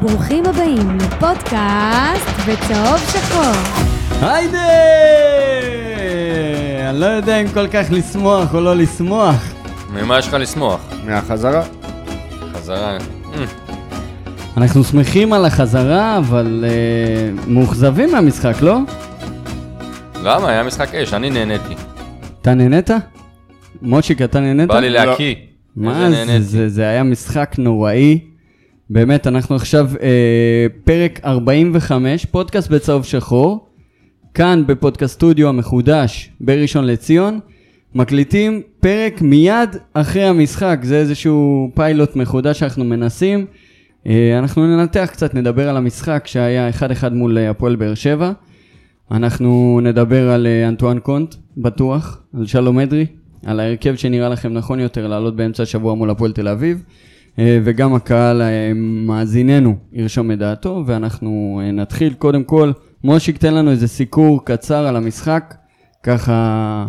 ברוכים הבאים לפודקאסט בצהוב שחור. היידה! אני לא יודע אם כל כך לשמוח או לא לשמוח. ממה יש לך לשמוח? מהחזרה. חזרה. Mm, אנחנו שמחים על החזרה, אבל uh, מאוכזבים מהמשחק, לא? למה? היה משחק אש, אני נהניתי. אתה נהנית? מושיק, אתה נהנית? בא לי לא. להקיא. מה איזה זה, נהניתי. זה? זה היה משחק נוראי. באמת, אנחנו עכשיו אה, פרק 45, פודקאסט בצהוב שחור. כאן בפודקאסט סטודיו המחודש בראשון לציון. מקליטים פרק מיד אחרי המשחק, זה איזשהו פיילוט מחודש שאנחנו מנסים. אה, אנחנו ננתח קצת, נדבר על המשחק שהיה 1-1 מול אה, הפועל באר שבע. אנחנו נדבר על אה, אנטואן קונט, בטוח, על שלום אדרי, על ההרכב שנראה לכם נכון יותר לעלות באמצע השבוע מול הפועל תל אביב, אה, וגם הקהל, אה, מאזיננו, ירשום את דעתו, ואנחנו אה, נתחיל קודם כל, מושיק, תן לנו איזה סיקור קצר על המשחק, ככה,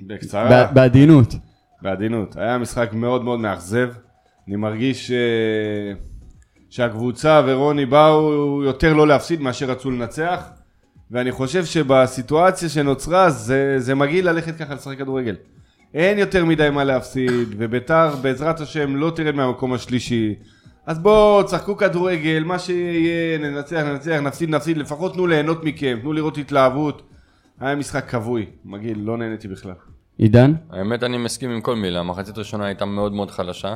בקצרה, ב- בעדינות. בעדינות. היה משחק מאוד מאוד מאכזב. אני מרגיש אה, שהקבוצה ורוני באו יותר לא להפסיד מאשר רצו לנצח. ואני חושב שבסיטואציה שנוצרה זה, זה מגעיל ללכת ככה לשחק כדורגל. אין יותר מדי מה להפסיד, וביתר בעזרת השם לא תרד מהמקום השלישי. אז בואו, תשחקו כדורגל, מה שיהיה, ננצח, ננצח, נפסיד, נפסיד, לפחות תנו ליהנות מכם, תנו לראות התלהבות. היה משחק כבוי, מגעיל, לא נהניתי בכלל. עידן? האמת, אני מסכים עם כל מילה. המחצית הראשונה הייתה מאוד מאוד חלשה.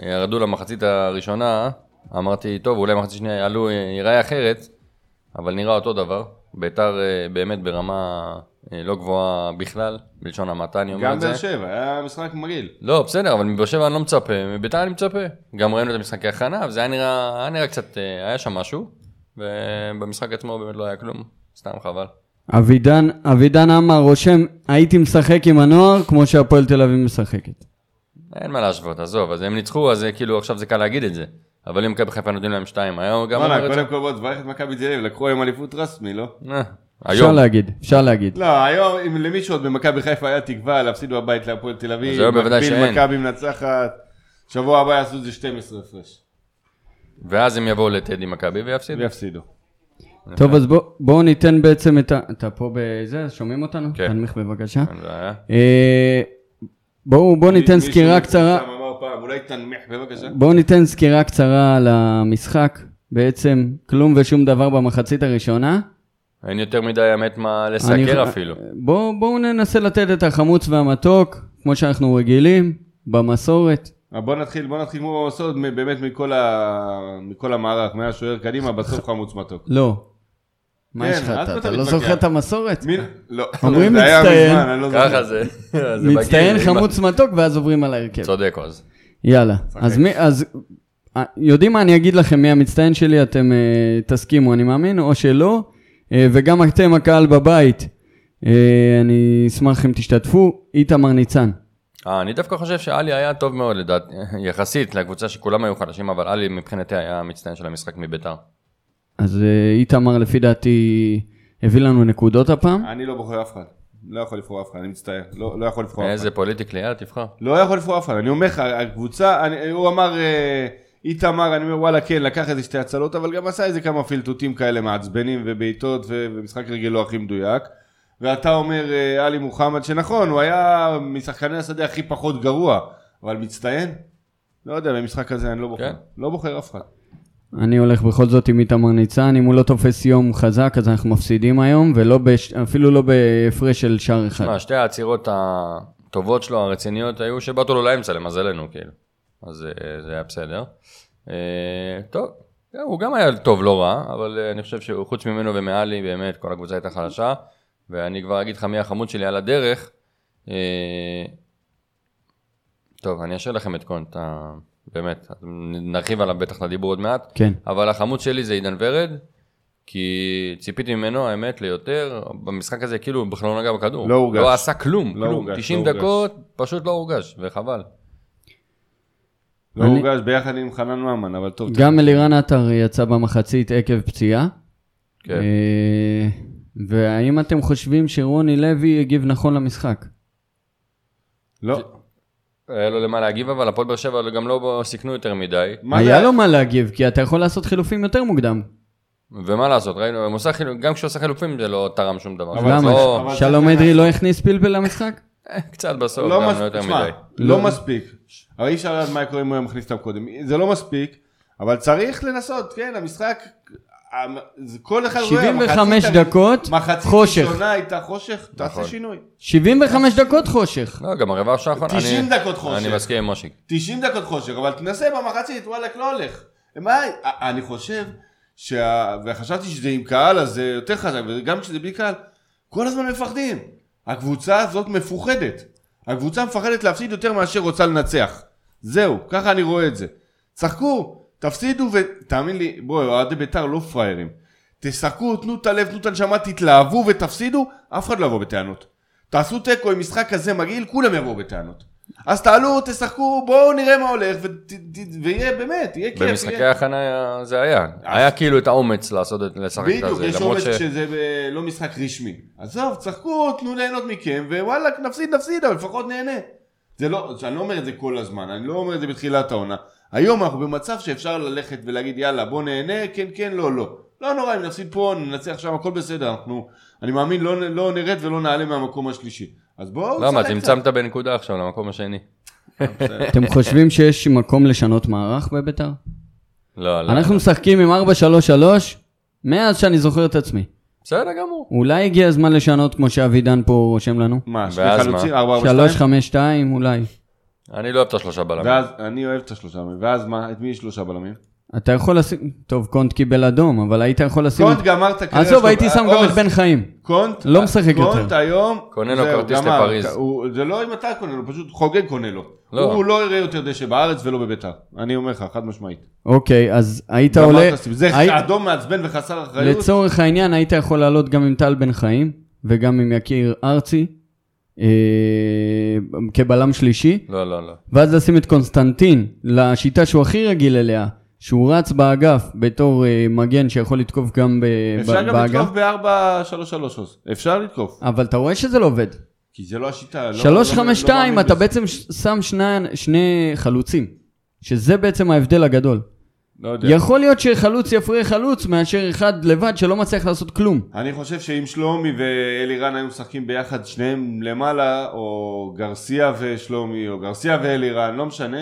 ירדו למחצית הראשונה, אמרתי, טוב, אולי מחצית שנייה יעלו, אה, ייראה אחרת, אבל נראה אותו דבר. ביתר אה, באמת ברמה אה, לא גבוהה בכלל, בלשון המעטה אני אומר גם את זה. באר שבע, היה משחק מגעיל. לא, בסדר, אבל מבאר שבע אני לא מצפה, מביתר אני מצפה. גם ראינו את המשחקי ההכנה, וזה היה נראה, היה נראה קצת, אה, היה שם משהו, ובמשחק עצמו באמת לא היה כלום, סתם חבל. אבידן, אבידן עמר רושם, הייתי משחק עם הנוער כמו שהפועל תל אביב משחקת. אין מה להשוות, עזוב, אז הם ניצחו, אז אה, כאילו עכשיו זה קל להגיד את זה. אבל אם מכבי חיפה נותנים להם שתיים, היום גם... וואלה, אומר את זה. קודם כל בוא תברך את מכבי תל אביב, לקחו היום אליפות רסמי, לא? אה, אפשר היום, להגיד, אפשר להגיד. לא, היום, אם למישהו עוד במכבי חיפה היה תקווה להפסיד בבית להפועל תל אביב, אז היום בוודאי שאין. מקביל מכבי מנצחת, שבוע הבא יעשו את זה 12 הפרש, כן. ואז הם יבואו לטדי מכבי ויפסידו. ויפסידו. טוב, נכון. אז בוא- בואו ניתן בעצם את ה... אתה פה בזה? שומעים אותנו? כן. תנמיך בבקשה. אין בעיה. אה, בואו בואו ניתן מישהו סקירה מפורסם קצרה, אמר פעם, אולי תנמיך בבקשה. בואו ניתן סקירה קצרה על המשחק. בעצם כלום ושום דבר במחצית הראשונה. אין יותר מדי האמת מה אני- לסקר אפילו. בואו בואו ננסה לתת את החמוץ והמתוק, כמו שאנחנו רגילים, במסורת. אבל אה, בוא נתחיל, בוא נתחיל כמו במסורת, מ- באמת מכל ה- מכל המערך, מהשוער קדימה, בסוף חמוץ מתוק. לא. מה כן, יש לך? אז אתה- אתה אתה לא מתווכח. זוכר את המסורת? מי- לא, אומרים זה היה מצטיין. מזמן, אני לא זוכר. ככה זה. זה בגיל, מצטיין אם- חמוץ מתוק ואז עוברים על ההרכב. צודק עוז. יאללה, אז מי, אז אה, יודעים מה, אני אגיד לכם מי המצטיין שלי, אתם אה, תסכימו, אני מאמין, או שלא, אה, וגם אתם, הקהל בבית, אה, אני אשמח אם תשתתפו, איתמר ניצן. אה, אני דווקא חושב שאלי היה טוב מאוד לדעתי, יחסית לקבוצה שכולם היו חלשים, אבל אלי מבחינתי היה המצטיין של המשחק מביתר. אז אה, איתמר, לפי דעתי, הביא לנו נקודות הפעם. אני לא בוחר אף אחד, לא יכול לבחור אף אחד, אני מצטער, לא לא יכול לבחור אף אחד. איזה פוליטיקלי, יאללה תבחר. לא יכול לפגוע אף אחד, אני אומר לך, הקבוצה, אני, הוא אמר, אה, איתמר, אני אומר וואלה כן, לקח איזה שתי הצלות, אבל גם עשה איזה כמה פלטוטים כאלה מעצבנים ובעיטות ו- ומשחק רגל לא הכי מדויק. ואתה אומר, אה, עלי מוחמד, שנכון, הוא היה משחקני השדה הכי פחות גרוע, אבל מצטיין? לא יודע, במשחק הזה אני לא בוחר, כן. לא בוחר אף אחד. אני הולך בכל זאת עם איתמר ניצן, אם הוא לא תופס יום חזק, אז אנחנו מפסידים היום, ולא בש... אפילו לא בהפרש של שער אחד. מה, שתי העצירות הטובות שלו, הרציניות, היו שבאתו לו לאמצע, למזלנו, כאילו. אז אה, זה היה בסדר. אה, טוב, אה, הוא גם היה טוב, לא רע, אבל אה, אני חושב שחוץ ממנו ומעלי, באמת, כל הקבוצה הייתה חלשה. ואני כבר אגיד לך מי החמוד שלי על הדרך. אה, טוב, אני אשאיר לכם את קונט, אה, באמת, נרחיב עליו בטח לדיבור עוד מעט. כן. אבל החמוד שלי זה עידן ורד, כי ציפיתי ממנו, האמת, ליותר. במשחק הזה כאילו בכלל לא נגע בכדור. לא הורגש. לא עשה כלום, לא כלום. הורגש, 90 לא דקות, פשוט לא הורגש, וחבל. לא אני- הורגש ביחד עם חנן ממן, אבל טוב. גם אלירן עטר יצא במחצית עקב פציעה. כן. אה, והאם אתם חושבים שרוני לוי הגיב נכון למשחק? לא. היה לו למה להגיב, אבל הפועל באר שבע גם לא סיכנו יותר מדי. מה היה זה- לו מה להגיב, כי אתה יכול לעשות חילופים יותר מוקדם. ומה לעשות, ראינו, הם עושה חילופ- גם כשהוא עושה חילופים זה לא תרם שום דבר. אבל למה? לא, אבל- שלום זה- אדרי לא הכניס פלפל למשחק? אה, קצת בסוף, לא גם לא מספיק, יותר תשמע, מדי. לא לא. מספיק. אבל אי אפשר לדעת מה יקרה אם הוא היה מכניס אותם קודם. זה לא מספיק, אבל צריך לנסות, כן, המשחק, המ- זה כל אחד רואה, 75 מחצית הר- דקות, מחצית חושך. ראשונה הייתה חושך, נכון. תעשה שינוי. 75 דקות חושך. לא, גם הרבע שעה האחרונה. 90 אני- דקות חושך. אני מסכים עם מושיק. 90 דקות חושך, אבל תנסה במחצית, וואלכ, לא הולך. מה, אני חושב, שה... וחשבתי שזה עם קהל, אז זה יותר חזק, וגם כשזה בלי קהל, כל הזמן מפחדים. הקבוצה הזאת מפוחדת. הקבוצה מפחדת להפסיד יותר מאשר רוצה לנצח. זהו, ככה אני רואה את זה. צחקו, תפסידו, ותאמין לי, בואי, אוהדי בית"ר לא פראיירים. תשחקו, תנו את הלב, תנו את הנשמה, תתלהבו ותפסידו, אף אחד לא יבוא בטענות. תעשו תיקו עם משחק כזה מגעיל, כולם יבואו בטענות. אז תעלו, תשחקו, בואו נראה מה הולך, ות- ת- ויהיה באמת, יהיה כיף. במשחקי יהיה- ההכנה היה- זה היה. היה כאילו את האומץ לעשות את, לשחק את זה. בדיוק, יש למרות אומץ ש- שזה אה, לא משחק רשמי. עזוב, צחקו, תנו ליהנות מכם, ווואלכ, נפסיד, נפסיד, אבל לפחות נהנה. זה לא, אני לא אומר את זה כל הזמן, אני לא אומר את זה בתחילת העונה. היום אנחנו במצב שאפשר ללכת ולהגיד, יאללה, בוא נהנה, כן, כן, לא, לא. לא נורא, אם נפסיד פה, ננצח שם, הכל בסדר, אנחנו, אני מאמין, לא, נ- לא נרד ולא נעלה מהמקום השלישי. אז בואו... למה, נשחק לא, צמצמת בנקודה עכשיו למקום השני. אתם חושבים שיש מקום לשנות מערך בביתר? לא, לא. אנחנו משחקים עם 4-3-3 מאז שאני זוכר את עצמי. בסדר גמור. אולי הגיע הזמן לשנות כמו שאבידן פה רושם לנו? קצת. מה, שני ואז חלוצים, מה? ארבע, ארבע, שתיים? 3-5-2 אולי. אני לא אוהב את השלושה בלמים. ואז, אני אוהב את השלושה בלמים. ואז מה, את מי יש שלושה בלמים? אתה יכול לשים... טוב, קונט קיבל אדום, אבל היית יכול לשים... קונט גמר את הקריירה עזוב, הייתי אה, שם גם עוז, את בן חיים. קונט, לא משחק קונט יותר. היום, קונה לו זהו, כרטיס גמר. לפריז. הוא- זה לא אם אתה קונה לו, פשוט חוגג קונה לו. לא. הוא לא יראה יותר דשא בארץ ולא בביתר. אני אומר לך, חד משמעית. אוקיי, אז היית גמרת עולה... סיב- זה היית- אדום מעצבן וחסר אחריות. לצורך העניין, היית יכול לעלות גם עם טל בן חיים, וגם עם יקיר ארצי, אה, כבלם שלישי, לא, לא, לא. ואז לשים את קונסטנטין לשיטה שהוא הכי רגיל אליה, שהוא רץ באגף בתור אה, מגן שיכול לתקוף גם ב- אפשר ב- גם באגף, לתקוף ב-4-3-3 עוז. אפשר לתקוף. אבל אתה רואה שזה לא עובד. כי זה לא השיטה. לא- לא- לא מאמין 3-5-2, אתה בזה. בעצם ש- שם שני- שני חלוצים, שזה בעצם ההבדל הגדול. לא יודע. יכול להיות שחלוץ יפריע חלוץ מאשר אחד לבד שלא מצליח לעשות כלום. אני חושב שאם שלומי ואלירן היו משחקים ביחד, שניהם למעלה, או גרסיה ושלומי, או גרסיה ואלירן, לא משנה,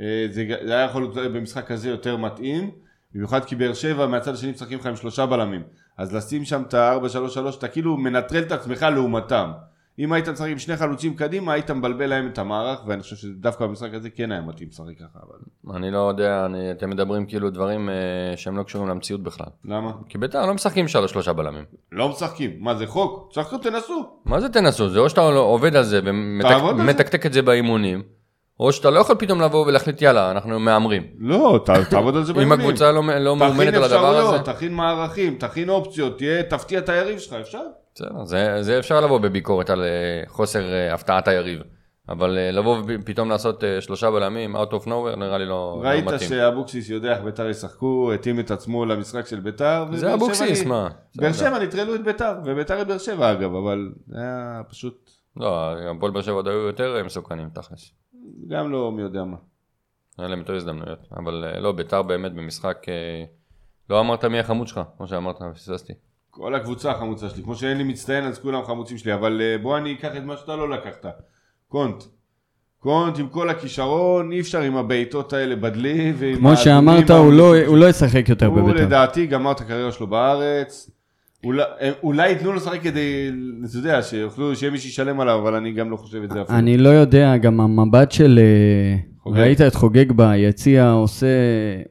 אה, זה ג- זה היה יכול להיות במשחק כזה יותר מתאים, במיוחד כי באר שבע מהצד השני משחקים לך עם שלושה בלמים, אז לשים שם את ה-4-3-3, אתה כאילו מנטרל את עצמך לעומתם. אם היית משחק עם שני חלוצים קדימה, היית מבלבל להם את המערך, ואני חושב שדווקא במשחק הזה כן היה מתאים לשחק ככה, אבל אני לא יודע, אני- אתם מדברים כאילו דברים אה, שהם לא קשורים למציאות בכלל. למה? כי ביתר לא משחקים שלוש- שלושה בלמים. לא משחקים. מה זה חוק? תשחקו, תנסו. מה זה תנסו? זה או שאתה לא- עובד על זה תעבוד על זה. ומתקתק את זה באימונים, או שאתה לא יכול פתאום לבוא ולהחליט יאללה, אנחנו מהמרים. לא, ת- תעבוד על זה אם באימונים. הקבוצה לא לא מאומנת תכין על הדבר הזה, אפשרויות, תכין מערכים, תכין אופציות, תהיה, תפתיע את היריב שלך, אפשר? לא, בסדר, זה, זה אפשר לבוא בביקורת על אה, חוסר אה, הפתעת היריב. אבל אה, לבוא ופתאום לעשות אה, שלושה בלמים, out of nowhere, נראה לי לא, ראית לא מתאים. שאבוקסיס יודע איך ביתר ישחקו, התאים את עצמו למשחק של ביתר. ובאר זה אבוקסיס, שבע- מה? באר בסדר. שבע נטרלו את ביתר, וביתר את באר שבע אגב, אבל זה היה פשוט לא, הפועל באר שבע עוד היו יותר אה, מסוכנים, תכלס. גם לא מי יודע מה. היה להם יותר הזדמנויות. אבל אה, לא, ביתר באמת במשחק... אה, לא אמרת מי החמוד שלך, כמו שאמרת, פספסתי. כל הקבוצה החמוצה שלי, כמו שאין לי מצטיין אז כולם חמוצים שלי, אבל אה, בוא אני אקח את מה שאתה לא לקחת. קונט. קונט עם כל הכישרון, אי אפשר עם הבעיטות האלה בדלי ועם כמו שאמרת, האדומים הוא לא- הארוכים הוא לא ישחק יותר הוא בביתר. לדעתי גמר את הקריירה שלו בארץ. אולי, הם- אולי ייתנו לו לשחק כדי, אתה יודע, שיוכלו, שיהיה מי שישלם עליו, אבל אני גם לא חושב את זה אפילו. אני לא יודע, גם המבט של... אה, חוגג. ראית את חוגג ביציע עושה...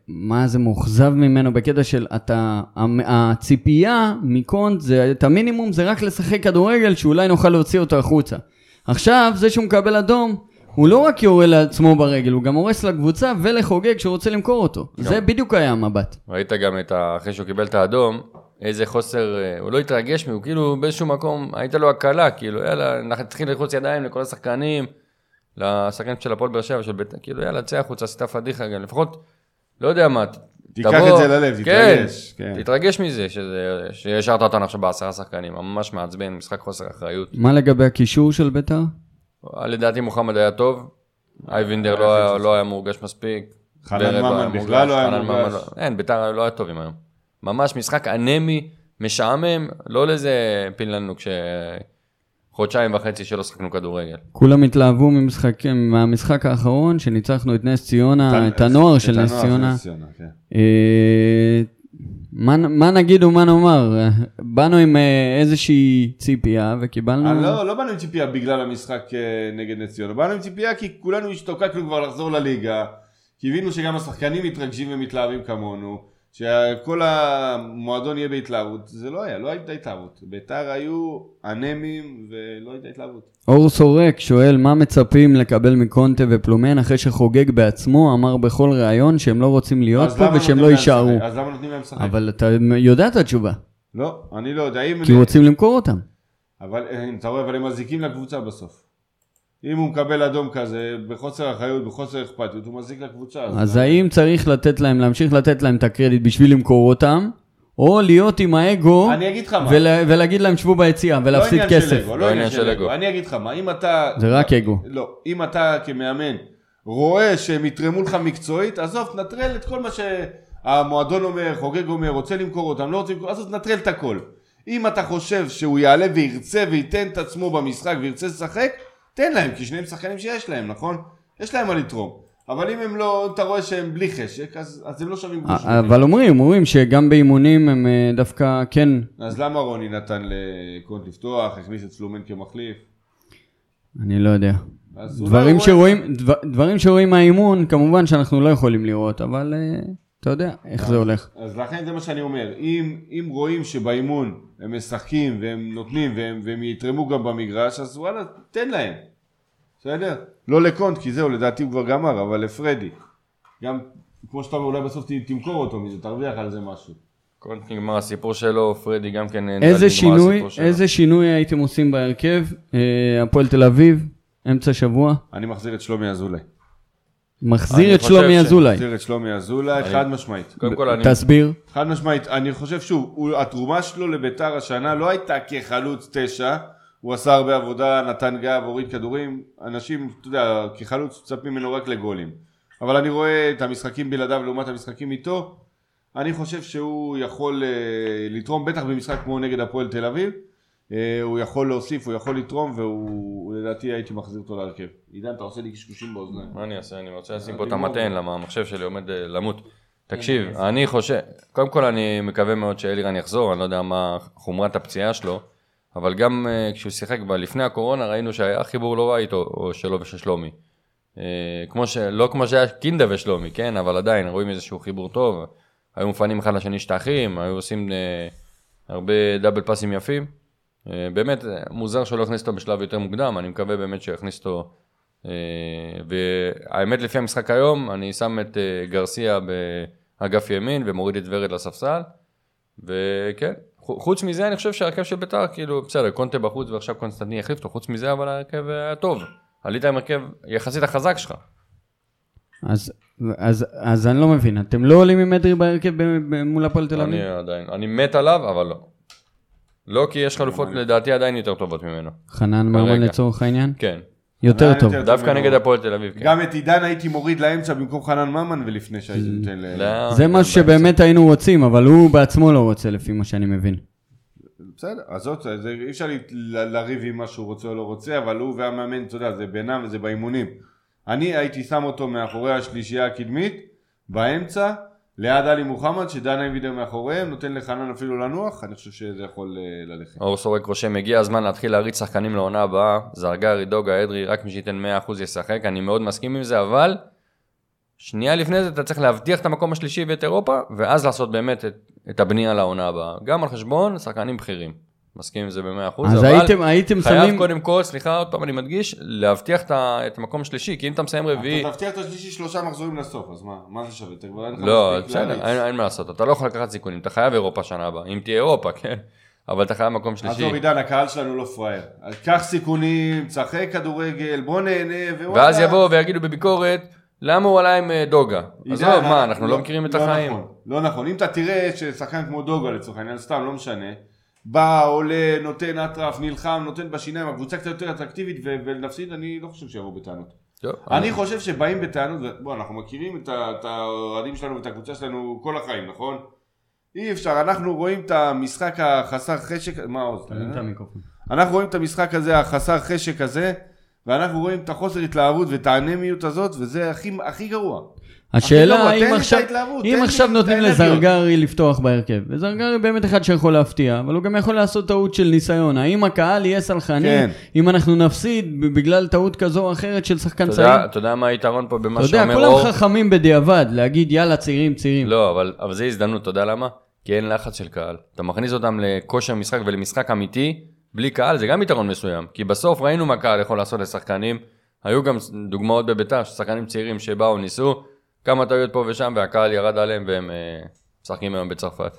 מה זה מאוכזב ממנו בקטע של אתה... המ- הציפייה מקונט, זה, את המינימום זה רק לשחק כדורגל שאולי נוכל להוציא אותו החוצה. עכשיו, זה שהוא מקבל אדום, הוא לא רק יורה לעצמו ברגל, הוא גם הורס לקבוצה ולחוגג שרוצה למכור אותו. זה בדיוק היה המבט. ראית גם את ה... אחרי שהוא קיבל את האדום, איזה חוסר, אה, הוא לא התרגש, הוא כאילו באיזשהו מקום, הייתה לו הקלה, כאילו, יאללה, נתחיל ללחוץ ידיים לכל השחקנים, לשחקנים של הפועל באר שבע, של בית"ר, כאילו, יאללה, צא החוצה, עשית פדיחה גם, לפחות, לא יודע מה, ת- תיקח את זה ללב, תתרגש, כן, כן. תתרגש מזה, שזה, שהשארת אותנו עכשיו בעשרה שחקנים, ממש מעצבן, משחק חוסר אחריות. מה לגבי הקישור של ביתר? לדעתי מוחמד היה טוב, אייבינדר לא היה- לא היה מורגש מספיק. אה, חנן ורד ממן בכלל לא היה חנן מורגש. ממן לא- אין, ביתר לא היה טובים היום. ממש משחק אנמי, משעמם, לא לזה הפיל לנו כש... חודשיים וחצי שלא שחקנו כדורגל. כולם התלהבו ממשחק, מהמשחק האחרון שניצחנו את נס ציונה, את הנוער של נס ציונה. כן. אה, מה, מה נגיד ומה נאמר? באנו עם אה, איזושהי ציפייה וקיבלנו... אה, לא, לא באנו עם ציפייה בגלל המשחק אה, נגד נס ציונה, באנו עם ציפייה כי כולנו השתוקקנו כבר לחזור לליגה, כי הבינו שגם השחקנים מתרגשים ומתלהבים כמונו, שכל המועדון יהיה בהתלהבות, זה לא היה, לא הייתה התלהבות. ביתר היו אנמים ולא הייתה התלהבות. אור סורק שואל מה מצפים לקבל מקונטה ופלומן אחרי שחוגג בעצמו אמר בכל ראיון שהם לא רוצים להיות אז פה למה ושהם נותנים לא להם יישארו. לשחק? אז למה נותנים להם לשחק? אבל אתה יודע את התשובה, לא, אני לא יודע, אם... כי רוצים למכור אותם. אבל אה, אתה רואה, אבל הם מזיקים לקבוצה בסוף. אם הוא מקבל אדום כזה, בחוסר אחריות, בחוסר אכפתיות, הוא מזיק לקבוצה. אז אוקיי. האם צריך לתת להם, להמשיך לתת להם את הקרדיט בשביל למכור אותם, או להיות עם האגו אני אגיד לך מה. ולה- ולהגיד להם שבו ביציאה לא ולהפסיד עניין של כסף? אגו, לא עניין של אגו. אני אגיד לך מה, אם אתה... זה רק אגו. לא, אם אתה כמאמן רואה שהם יתרמו לך מקצועית, עזוב, תנטרל את כל מה שהמועדון אומר, חוגג אומר, רוצה למכור אותם, לא רוצה למכור, עזוב, תנטרל את הכל. אם אתה חושב שהוא יעלה וירצה וייתן את עצמו במשחק וירצה לשחק, תן להם, כי שניהם שחקנים שיש להם, נכון? יש להם מה לתרום. אבל אם הם לא, אם אתה רואה שהם בלי חשק, אז, אז הם לא שווים גרוש. אה, אבל אומרים, אומרים שגם באימונים הם אה, דווקא כן, אז למה רוני נתן לקונט לפתוח, הכניס את סלומן כמחליף? אני לא יודע. אז אולי דברים הוא- שרואים, דבר- דברים שרואים מהאימון, כמובן שאנחנו לא יכולים לראות, אבל אה, אתה יודע איך אה, זה הולך. אז לכן זה מה שאני אומר, אם, אם רואים שבאימון הם משחקים והם נותנים והם, והם יתרמו גם במגרש, אז וואלה, תן להם. בסדר? לא לקונט, כי זהו, לדעתי הוא כבר גמר, אבל לפרדי. גם, כמו שאתה אומר, אולי בסוף ת- תמכור אותו מזה, תרוויח על זה משהו. כל נגמר הסיפור שלו, פרדי גם כן נגמר איזה שינוי, הסיפור שלו. איזה שינוי הייתם עושים בהרכב? אה, הפועל תל אביב, אמצע שבוע, אני מחזיר את שלומי אזולאי. מחזיר אני את חושב שלומי ש- אזולאי. מחזיר את שלומי אזולאי, חד משמעית. קודם כל, אני... תסביר. חד משמעית, אני חושב שוב, הוא, התרומה שלו לביתר השנה לא הייתה כחלוץ תשע, הוא עשה הרבה עבודה, נתן גב, הוריד כדורים, אנשים, אתה יודע, כחלוץ מצפים ממנו רק לגולים. אבל אני רואה את המשחקים בלעדיו לעומת המשחקים איתו, אני חושב שהוא יכול אה, לתרום, בטח במשחק כמו נגד הפועל תל אביב, אה, הוא יכול להוסיף, הוא יכול לתרום, והוא, לדעתי הייתי מחזיר אותו להרכב. עידן, אתה עושה לי קשקושים באוזניים. מה אני אעשה? אני רוצה לשים אה, פה את תגמור. המתן, למה המחשב שלי עומד אה, למות. תקשיב, אני חושב, קודם כל אני מקווה מאוד שאלירן יחזור, אני לא יודע מה חומרת הפציעה שלו, אבל גם אה, כשהוא שיחק ב- לפני הקורונה ראינו שהיה חיבור לא רע איתו, או שלו ושל שלומי. אה, כמו ש... לא כמו שהיה קינדה ושלומי, כן? אבל עדיין, רואים איזשהו חיבור טוב, היו מפנים אחד לשני שטחים, היו עושים אה, הרבה דאבל פאסים יפים. אה, באמת, אה, מוזר שלא הכניס אותו בשלב יותר מוקדם, אני מקווה באמת שיכניס אותו. אה, והאמת, לפי המשחק היום, אני שם את אה, גרסיה באגף ימין ומוריד את ורד לספסל, וכן, חו- חוץ מזה אני חושב שהרכב של ביתר, כאילו, בסדר, קונטה בחוץ ועכשיו קונסטנטין יחליף אותו, חוץ מזה אבל ההרכב היה טוב. עלית עם הרכב יחסית החזק שלך. אז, אז, אז אני לא מבין, אתם לא עולים עם אדרי בהרכב ב- ב- מול הפועל תל אביב? אני עדיין, אני מת עליו, אבל לא. לא, כי יש חלופות לדעתי עדיין יותר טובות ממנו. חנן ממן כרגע. לצורך העניין? כן. יותר חנן טוב. יותר דווקא ממנו. נגד לא. הפועל תל אביב, כן. גם את עידן הייתי מוריד לאמצע במקום חנן ממן ולפני שהייתי נותן ל... לא, זה גם משהו שבאמת היינו רוצים, אבל הוא בעצמו לא רוצה לפי מה שאני מבין. בסדר, אז זאת, זה, אי אפשר לה- לה- לריב עם מה שהוא רוצה או לא רוצה, אבל הוא והמאמן, אתה יודע, זה בינם וזה באימונים. אני הייתי שם אותו מאחורי השלישייה הקדמית, באמצע, ליד עלי מוחמד, שדן אייבידר מאחוריהם, נותן לחנן אפילו לנוח, אני חושב שזה יכול אה, ללכת. אור סורק רושם, הגיע הזמן להתחיל להריץ שחקנים לעונה הבאה, זרגרי, דוגה, אדרי, רק מי שייתן 100% ישחק, אני מאוד מסכים עם זה, אבל שנייה לפני זה אתה צריך להבטיח את המקום השלישי ואת אירופה, ואז לעשות באמת את, את הבנייה לעונה הבאה, גם על חשבון שחקנים בכירים. מסכים עם זה ב-100%, אז אבל הייתם, הייתם חייב שמים... קודם כל, סליחה, עוד פעם אני מדגיש, להבטיח את, ה- את המקום השלישי, כי אם אתה מסיים רביעי... אתה תבטיח את השלישי שלושה מחזורים לסוף, אז מה, מה זה שווה? אתה כבר אין לך לא, מספיק להריץ. בסדר, אין- אין מה לעשות, אתה לא יכול לקחת סיכונים, אתה חייב אירופה שנה הבאה, אם תהיה אירופה, כן, אבל אתה חייב מקום שלישי. עזוב עידן, הקהל שלנו לא פראייר. אז קח סיכונים, תשחק כדורגל, בוא נהנה, ווואלה. ואז יבואו ויגידו בביקורת, למה הוא עלה עם אה, דוגה? עידן, עזוב, מה, אנחנו לא מכירים את לא החיים. נכון, לא נכון, אם אתה תראה ששחקן כמו דוגה לצורך העניין, סתם, לא משנה, בא, עולה, נותן אטרף, נלחם, נותן בשיניים, הקבוצה קצת יותר אטרקטיבית ו- ולהפסיד, אני לא חושב שיבואו בטענות. טוב, אני חושב שבאים בטענות, בוא, אנחנו מכירים את ה- את האוהדים שלנו ואת הקבוצה שלנו כל החיים, נכון? אי אפשר, אנחנו רואים את המשחק החסר חשק, מה עוד? תרים את המיקרופון. אנחנו רואים את המשחק הזה, החסר חשק הזה, ואנחנו רואים את החוסר התלהבות ואת האנמיות הזאת, וזה הכי, הכי גרוע. השאלה גרוע, אם תן לי את עכשיו, ההתלהבות, תן אם לי עכשיו את נותנים האנרגיות. לזרגרי לפתוח בהרכב, וזרגרי באמת אחד שיכול להפתיע, אבל הוא גם יכול לעשות טעות של ניסיון. האם הקהל יהיה סלחני, כן. אם אנחנו נפסיד בגלל טעות כזו או אחרת של שחקן אתה צעיר? יודע- אתה יודע מה היתרון פה במה אתה יודע, שאומר אור? כולם חכמים בדיעבד, להגיד יאללה צעירים צעירים. לא, אבל, אבל זה הזדמנות, אתה יודע למה? כי אין לחץ של קהל. אתה מכניס אותם לכושר משחק ולמשחק אמיתי, בלי קהל, זה גם יתרון מסוים. כי בסוף ראינו מה קהל יכול לעשות לשחקנים. היו גם דוגמאות בביתר, של שחקנים צעירים שבאו, ניסו, כמה טעויות פה ושם, והקהל ירד עליהם, והם אה, משחקים היום בצרפת.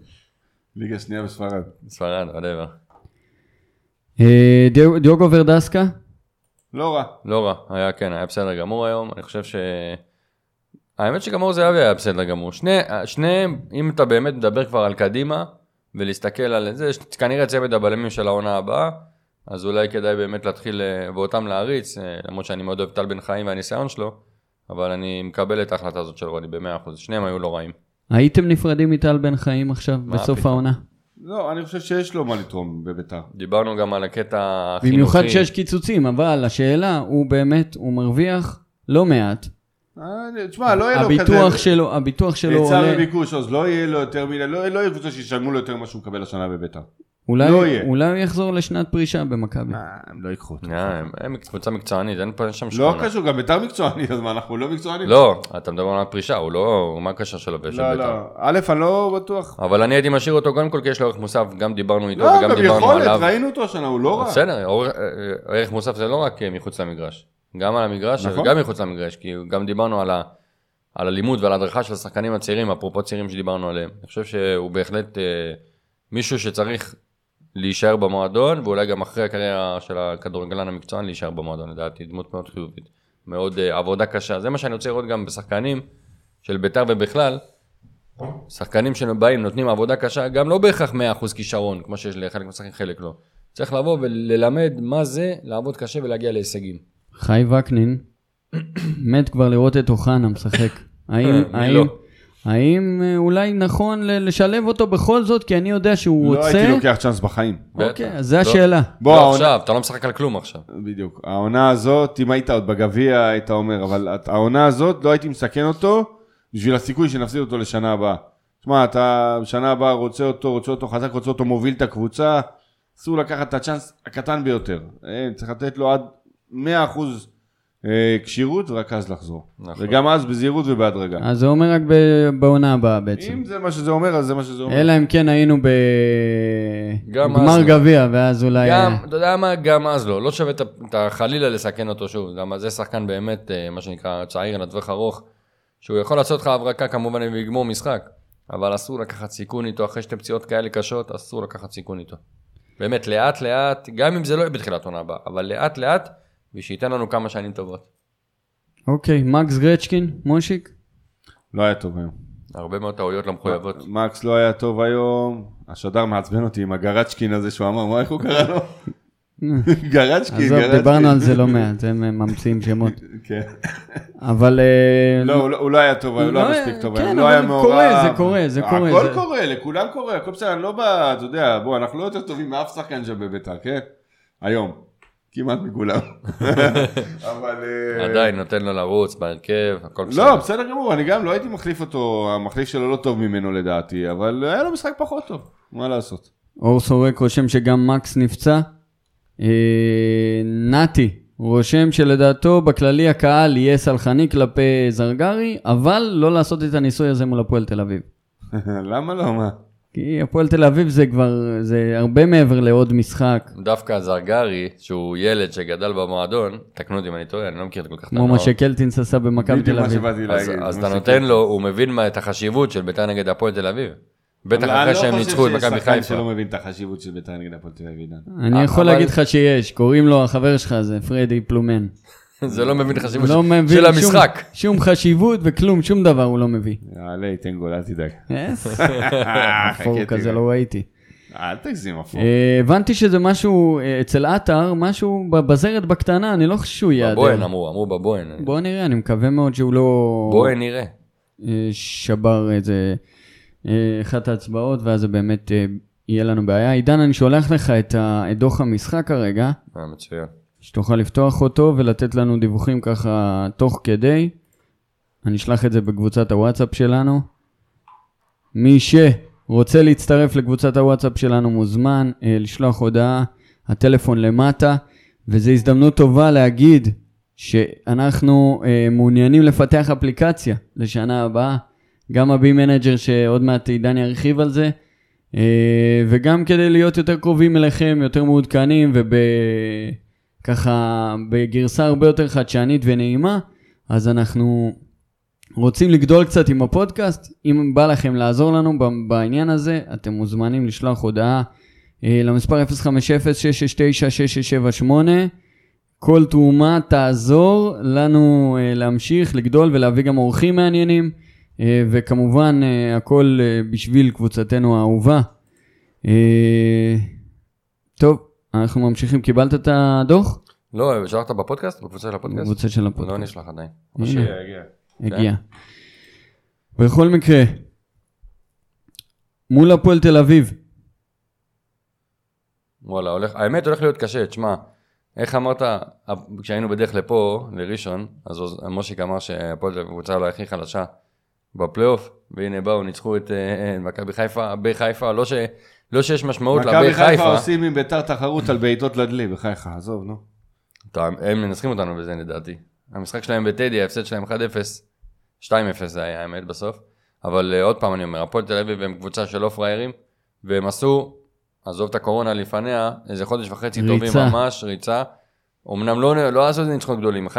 ליגה שנייה בספרד. ספרד, whatever. אה, דיו- דיוגו ורדסקה? לא רע. לא רע, היה כן, היה בסדר גמור היום, אני חושב ש... האמת שגם אור זהבי היה בסדר גמור. שני, שניהם, אם אתה באמת מדבר כבר על קדימה, ולהסתכל על זה, יש כנראה צוות הבלמים של העונה הבאה, אז אולי כדאי באמת להתחיל, אה, ואותם להריץ, אה, למרות שאני מאוד אוהב טל בן חיים והניסיון שלו, אבל אני מקבל את ההחלטה הזאת של רוני ב-100%, שניהם היו לא רעים. הייתם נפרדים מטל בן חיים עכשיו, בסוף פתאום? העונה? לא, אני חושב שיש לו מה לתרום בביתר. דיברנו גם על הקטע החינוכי. במיוחד שיש קיצוצים, אבל השאלה, הוא באמת, הוא מרוויח לא מעט. אה, תשמע, לא יהיה לו כזה... הביטוח שלו, הביטוח שלו היצע עולה. וביקוש, אז לא יהיה לו יותר מדי, לא לא יהיה קבוצה שישלמו לו יותר ממה שהוא מקבל השנה בביתר. אולי- לא יהיה. אולי הוא יחזור לשנת פרישה במכבי. הם לא ייקחו אותו. אה, הם- הם קבוצה מקצוענית, אין פה אין שם לא שכונה. קשור, גם ביתר מקצועני, אז מה, אנחנו לא מקצוענים? לא, אתה מדבר על הפרישה, הוא לא, מה הקשר שלו ושל לא, בית"ר? לא. א', אני לא בטוח. אבל אני הייתי משאיר אותו קודם כל כי יש לו ערך מוסף, גם דיברנו איתו לא, וגם גם דיברנו יכולת, עליו. ראינו אותו השנה, הוא לא רע. בסדר, אור- אה, אה, ערך מוסף זה לא רק אה, מחוץ למגרש, גם על המגרש נכון. וגם מחוץ למגרש, כי גם דיברנו על, ה, על הלימוד ועל ההדרכה של השחקנים הצעירים, אפרופו צעירים שדיברנו עליהם. אני חושב שהוא בהחלט אה, מישהו שצריך להישאר במועדון, ואולי גם אחרי הקריירה של הכדורגלן המקצוען להישאר במועדון, לדעתי, דמות מאוד חיובית, מאוד אה, עבודה קשה. זה מה שאני רוצה לראות גם בשחקנים של בית"ר ובכלל. שחקנים שבאים, נותנים עבודה קשה, גם לא בהכרח 100% כישרון, כמו שיש לחלק מהשחקנים, חלק לא. צריך לבוא וללמד מה זה לעבוד קשה ולהגיע להישגים. חי וקנין, מת כבר לראות את אוחנה משחק. אה, האם, מי האם, לא? האם אה, אולי נכון ל- לשלב אותו בכל זאת, כי אני יודע שהוא לא רוצה... הייתי לוקח צ'אנס בחיים. בטח. אוקיי, אז זה לא. השאלה. בוא, לא העונה- עכשיו, אתה לא משחק על כלום עכשיו. בדיוק. העונה הזאת, אם היית עוד בגביע, היית אומר, אבל את- העונה הזאת, לא הייתי מסכן אותו בשביל הסיכוי שנפסיד אותו לשנה הבאה. תשמע, אתה בשנה הבאה רוצה אותו, רוצה אותו חזק, רוצה אותו מוביל את הקבוצה, אסור לקחת את הצ'אנס הקטן ביותר. אין, צריך לתת לו עד 100% אה, כשירות, ורק אז לחזור. נכון. וגם אז בזהירות ובהדרגה. אז זה אומר רק ב- בעונה הבאה אה, בעצם. אם זה מה שזה אומר, אז זה מה שזה אומר. אלא אם כן היינו גם אז בגמר לא. גביע, ואז אולי... גם, אתה יודע מה, גם אז לא. לא שווה את ה- את ה- חלילה לסכן אותו שוב. למה זה שחקן באמת, אה, מה שנקרא, צעיר לטווח ארוך, שהוא יכול לעשות לך הברקה כמובן ויגמור משחק, אבל אסור לקחת סיכון איתו, אחרי שתי פציעות כאלה קשות, אסור לקחת סיכון איתו. באמת, לאט לאט, גם אם זה לא יהיה בתחילת עונה הבאה, אבל לאט לאט, ושייתן לנו כמה שנים טובות. אוקיי, מקס גרצ'קין, מושיק? לא היה טוב היום. הרבה מאוד טעויות לא מחויבות. מקס לא היה טוב היום, השדר מעצבן אותי עם הגראצ'קין הזה שהוא אמר, מה, איך הוא קרא לו? גראצ'קין, גראצ'קין. עזוב, דיברנו על זה לא מעט, הם אה, ממציאים שמות. כן. אבל... אה, לא, הוא לא- הוא לא היה טוב, הוא לא היה מספיק טוב, כן, היום, לא היה אבל מעורב. קורה, זה קורה, זה קורה, הכל זה- קורה, לכולם קורה, הכל בסדר, אני לא בא, אתה יודע, בוא, אנחנו לא יותר טובים מאף שחקן שם בביתר, כן? היום. כמעט מכולם. אבל... אה, עדיין נותן לו לרוץ בהרכב, הכל בסדר. לא, בסדר גמור, אני גם לא הייתי מחליף אותו, המחליף שלו לא טוב ממנו לדעתי, אבל היה לו משחק פחות טוב, מה לעשות. אור סורק רושם שגם מקס נפצע. אה, נתי רושם שלדעתו בכללי הקהל יהיה סלחני כלפי זרגרי, אבל לא לעשות את הניסוי הזה מול הפועל תל אביב. למה לא, מה? כי הפועל תל אביב זה כבר, זה הרבה מעבר לעוד משחק, דווקא זרגרי, שהוא ילד שגדל במועדון, תקנו אותי אם אני טועה, אני לא מכיר את כל כך את כמו מה שקלטינס עשה במכבי נכון. בדיוק תל מה אביב. שבאתי אז, להגיד. אז מה אתה שכן. נותן לו, הוא מבין מה, את החשיבות של ביתר נגד הפועל תל אביב. בטח אני אחרי לא שהם חושב ניצחו את שיש מכבי שחקן חיפה. שלא מבין את החשיבות של ביתר נגד הפועל תל אביב. עידן. אני יכול אבל- להגיד לך שיש, קוראים לו החבר שלך, זה פרדי פלומן. זה לא מבין חשיבות לא של- מבין של שום- המשחק. שום חשיבות וכלום, שום דבר הוא לא מביא. יעלה, ייתן גול, אל תדאג. יס. חכה אה, פור כזה תראה. לא ראיתי. אל תגזים אפור. אה, הבנתי שזה משהו אה, אצל עטר, משהו ב- בזרת בקטנה, אני לא חושב שהוא יעדר. בבוהן אמרו, אמרו בבוהן. בוא נראה, אני מקווה מאוד שהוא לא בוהן נראה. אה, שבר איזה אה, אחת ההצבעות, ואז זה באמת אה, יהיה לנו בעיה. עידן, אני שולח לך את ה- את דוח המשחק כרגע, אה, מצוין. שתוכל לפתוח אותו ולתת לנו דיווחים ככה תוך כדי. אני אשלח את זה בקבוצת הוואטסאפ שלנו. מי שרוצה להצטרף לקבוצת הוואטסאפ שלנו מוזמן אה, לשלוח הודעה, הטלפון למטה, וזו הזדמנות טובה להגיד שאנחנו אה, מעוניינים לפתח אפליקציה לשנה הבאה. גם הבי מנג'ר שעוד מעט עידן ירחיב על זה, אה, וגם כדי להיות יותר קרובים אליכם, יותר מעודכנים וככה בגרסה הרבה יותר חדשנית ונעימה, אז אנחנו רוצים לגדול קצת עם הפודקאסט, אם בא לכם לעזור לנו ב- בעניין הזה, אתם מוזמנים לשלוח הודעה אה, למספר 050-669-6678. כל תרומה תעזור לנו אה, להמשיך לגדול ולהביא גם אורחים מעניינים, אה, וכמובן אה, הכל אה, בשביל קבוצתנו האהובה. אה, טוב, אנחנו ממשיכים. קיבלת את הדוח? לא, שלחת בפודקאסט? בקבוצה של הפודקאסט? בקבוצה של לא הפודקאסט. נשלח עדיין. הנה. שיהיה, יגיע. הגיע. בכל מקרה, מול הפועל תל אביב, וואלה, הולך, האמת הולך להיות קשה, תשמע, איך אמרת, כשהיינו בדרך לפה, לראשון, אז עוז- מושיק אמר שהפועל תל אביב קבוצה אולי הכי חלשה בפלייאוף, והנה באו, ניצחו את אה, מכבי חיפה, בחיפה, לא, ש, לא שיש משמעות מכבי לבי חיפה חיפה, עושים עם ביתר תחרות על בעיטות לדלי, בחייך, עזוב, נו. אתה, הם מנסחים אותנו בזה לדעתי. המשחק שלהם בטדי, ההפסד שלהם 1-0, 2-0 זה היה האמת בסוף, אבל אה, עוד פעם אני אומר, הפועל תל אביב הם קבוצה של לא פראיירים, והם עשו, עזוב את הקורונה לפניה, איזה חודש וחצי טובים ריצה. ממש, ריצה. אמנם לא, לא עשו את זה ניצחון גדולים, 1-0-1-0,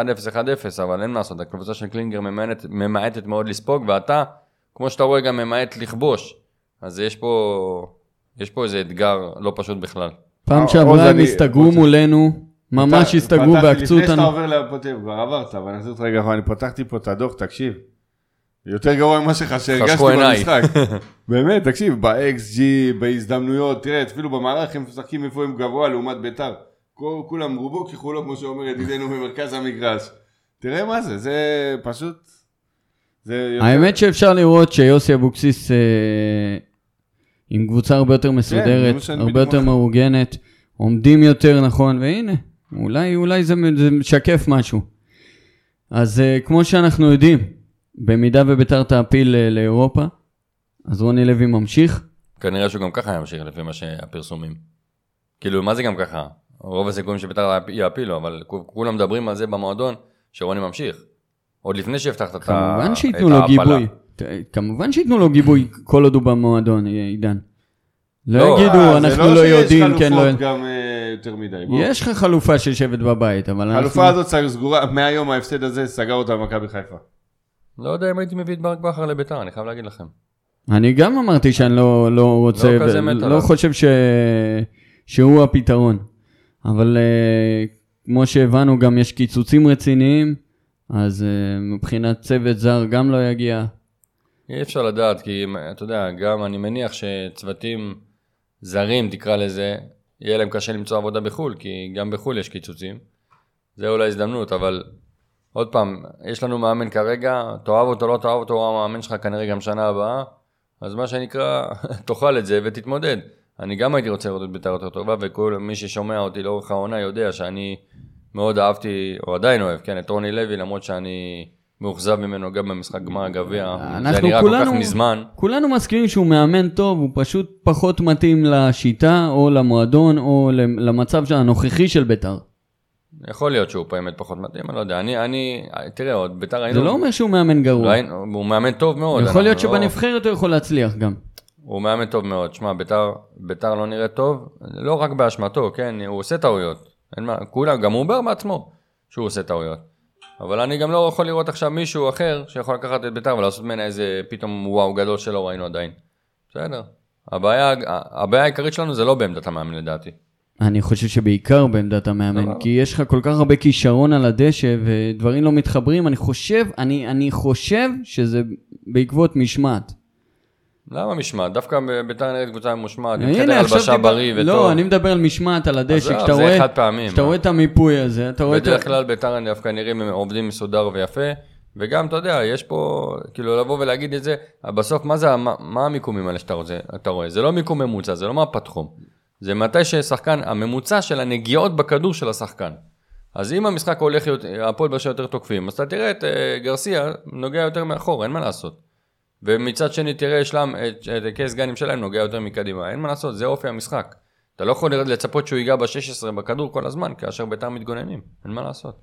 אבל אין מה לעשות, הקבוצה של קלינגר ממעטת, ממעטת מאוד לספוג, ואתה, כמו שאתה רואה, גם ממעט לכבוש. אז יש פה, יש פה איזה אתגר לא פשוט בכלל. פעם עוז, שעברה הם אה, אני- הסתגרו רוצה- מולנו, ממש פתח- הסתגרו פתחתי ועקצו לפני שאתה אותנו. עובר לפוטב, כבר עברת, אבל אני עושה את רגע אחורה, אני פתחתי פה את הדוח, תקשיב. יותר גרוע ממה שח- שהרגשתי עיניי. במשחק. באמת, תקשיב, ב-XG, בהזדמנויות, תראה, אפילו במערך הם משחקים איפה הם גבוה לעומת ביתר. כל- כולם רובו ככולו, כמו שאומר ידידנו במרכז המגרש. תראה מה זה, זה פשוט... זה יותר- האמת שאפשר לראות שיוסי אבוקסיס אה, עם קבוצה הרבה יותר מסודרת, זה מה שאני הרבה כן, בדיוק יותר אומר. מאורגנת, עומדים יותר נכון, והנה, אולי, אולי זה, זה משקף משהו. אז אה, כמו שאנחנו יודעים, במידה וביתר תעפיל אה, לאירופה, אז רוני לוי ממשיך. כנראה שהוא גם ככה ימשיך לפי מה שהפרסומים. כאילו, מה זה גם ככה? רוב הסיכויים שביתר יעפילו, אבל כו- כולם מדברים על זה במועדון, שרוני ממשיך. עוד לפני שהבטחת את ה- כמובן שייתנו את לו ההעפלה. גיבוי. ת- כמובן שייתנו לו גיבוי כל עוד הוא במועדון, אה, עידן. לא לא, יגידו, אה, זה אנחנו לא יודעים, כן, שיש לא... חלופות גם אה, יותר מדי. בוא. יש לך חלופה של שבת בבית, אבל אנחנו... החלופה הזאת סגורה, מהיום ההפסד הזה סגר אותה מכבי חיפה. לא יודע אם הייתי מביא את ברק בכר לביתר, אני חייב להגיד לכם. אני גם אמרתי שאני לא, לא רוצה, לא כזה מת לא עליו. חושב ש... שהוא הפתרון. אבל uh, כמו שהבנו, גם יש קיצוצים רציניים, אז uh, מבחינת צוות זר גם לא יגיע. אי אפשר לדעת, כי אם- אתה יודע, גם אני מניח שצוותים זרים, תקרא לזה, יהיה להם קשה למצוא עבודה בחו"ל, כי גם בחו"ל יש קיצוצים. זה אולי הזדמנות, אבל עוד פעם, יש לנו מאמן כרגע, תאהב אותו, לא תאהב אותו, הוא המאמן שלך כנראה גם שנה הבאה, אז מה שנקרא, תאכל את זה ותתמודד. אני גם הייתי רוצה לראות את בית"ר יותר טובה, וכל מי ששומע אותי לאורך העונה יודע שאני מאוד אהבתי, או עדיין אוהב, כן, את רוני לוי, למרות שאני מאוכזב ממנו גם במשחק גמר הגביע, זה אנחנו נראה כל כולנו, כך מזמן. כולנו מסכימים שהוא מאמן טוב, הוא פשוט פחות מתאים לשיטה, או למועדון, או למ- למצב של- הנוכחי של בית"ר. יכול להיות שהוא באמת פחות מתאים, אני לא יודע. אני, אני, תראה, עוד ביתר היינו... זה לא אומר שהוא מאמן גרוע. ראינו, הוא מאמן טוב מאוד. יכול להיות אנחנו לא- שבנבחרת הוא יכול להצליח גם. הוא מאמן טוב מאוד. שמע, ביתר, ביתר לא נראה טוב, לא רק באשמתו, כן? הוא עושה טעויות. אין מה, כולם, גם הוא אומר בעצמו שהוא עושה טעויות. אבל אני גם לא יכול לראות עכשיו מישהו אחר שיכול לקחת את ביתר ולעשות ממנה איזה פתאום וואו גדול שלא ראינו עדיין. בסדר. הבעיה, הבעיה העיקרית שלנו זה לא בעמדת המאמן לדעתי. אני חושב שבעיקר בעמדת המאמן, סבבה. כי יש לך כל כך הרבה כישרון על הדשא ודברים לא מתחברים, אני חושב, אני, אני חושב שזה בעקבות משמעת. למה משמעת? דווקא ביתר נראית קבוצה ממושמעת, עם חדר הנה, עכשיו הלבשה דיבר- בריא וטוב. לא, אני מדבר על משמעת על הדשא, עזוב, כשאתה זה רואה... חד פעמי, כשאתה מה? רואה את המיפוי הזה, אתה רואה את... בדרך ה- כלל ביתר אני דווקא נראים הם עובדים מסודר ויפה, וגם, אתה יודע, יש פה, כאילו, לבוא ולהגיד את זה, בסוף, מה זה, ה- מה, מה המיקומים האלה שאתה רוצה, אתה רואה? זה לא מיקום ממוצע, זה לא מפת תחום. זה מתי ששחקן, הממוצע של הנגיעות בכדור של השחקן. אז אם המשחק הולך, להיות- הפועל באר שבע יותר תוקפים, אז אתה תראה את אה, גרסיה נוגע יותר מאחור, אין מה לעשות. ומצד שני תראה שלם, את, את קייס גנים שלהם נוגע יותר מקדימה, אין מה לעשות, זה אופי המשחק. אתה לא יכול לצפות שהוא ייגע ב-16 בכדור כל הזמן, כאשר ביתר מתגוננים, אין מה לעשות.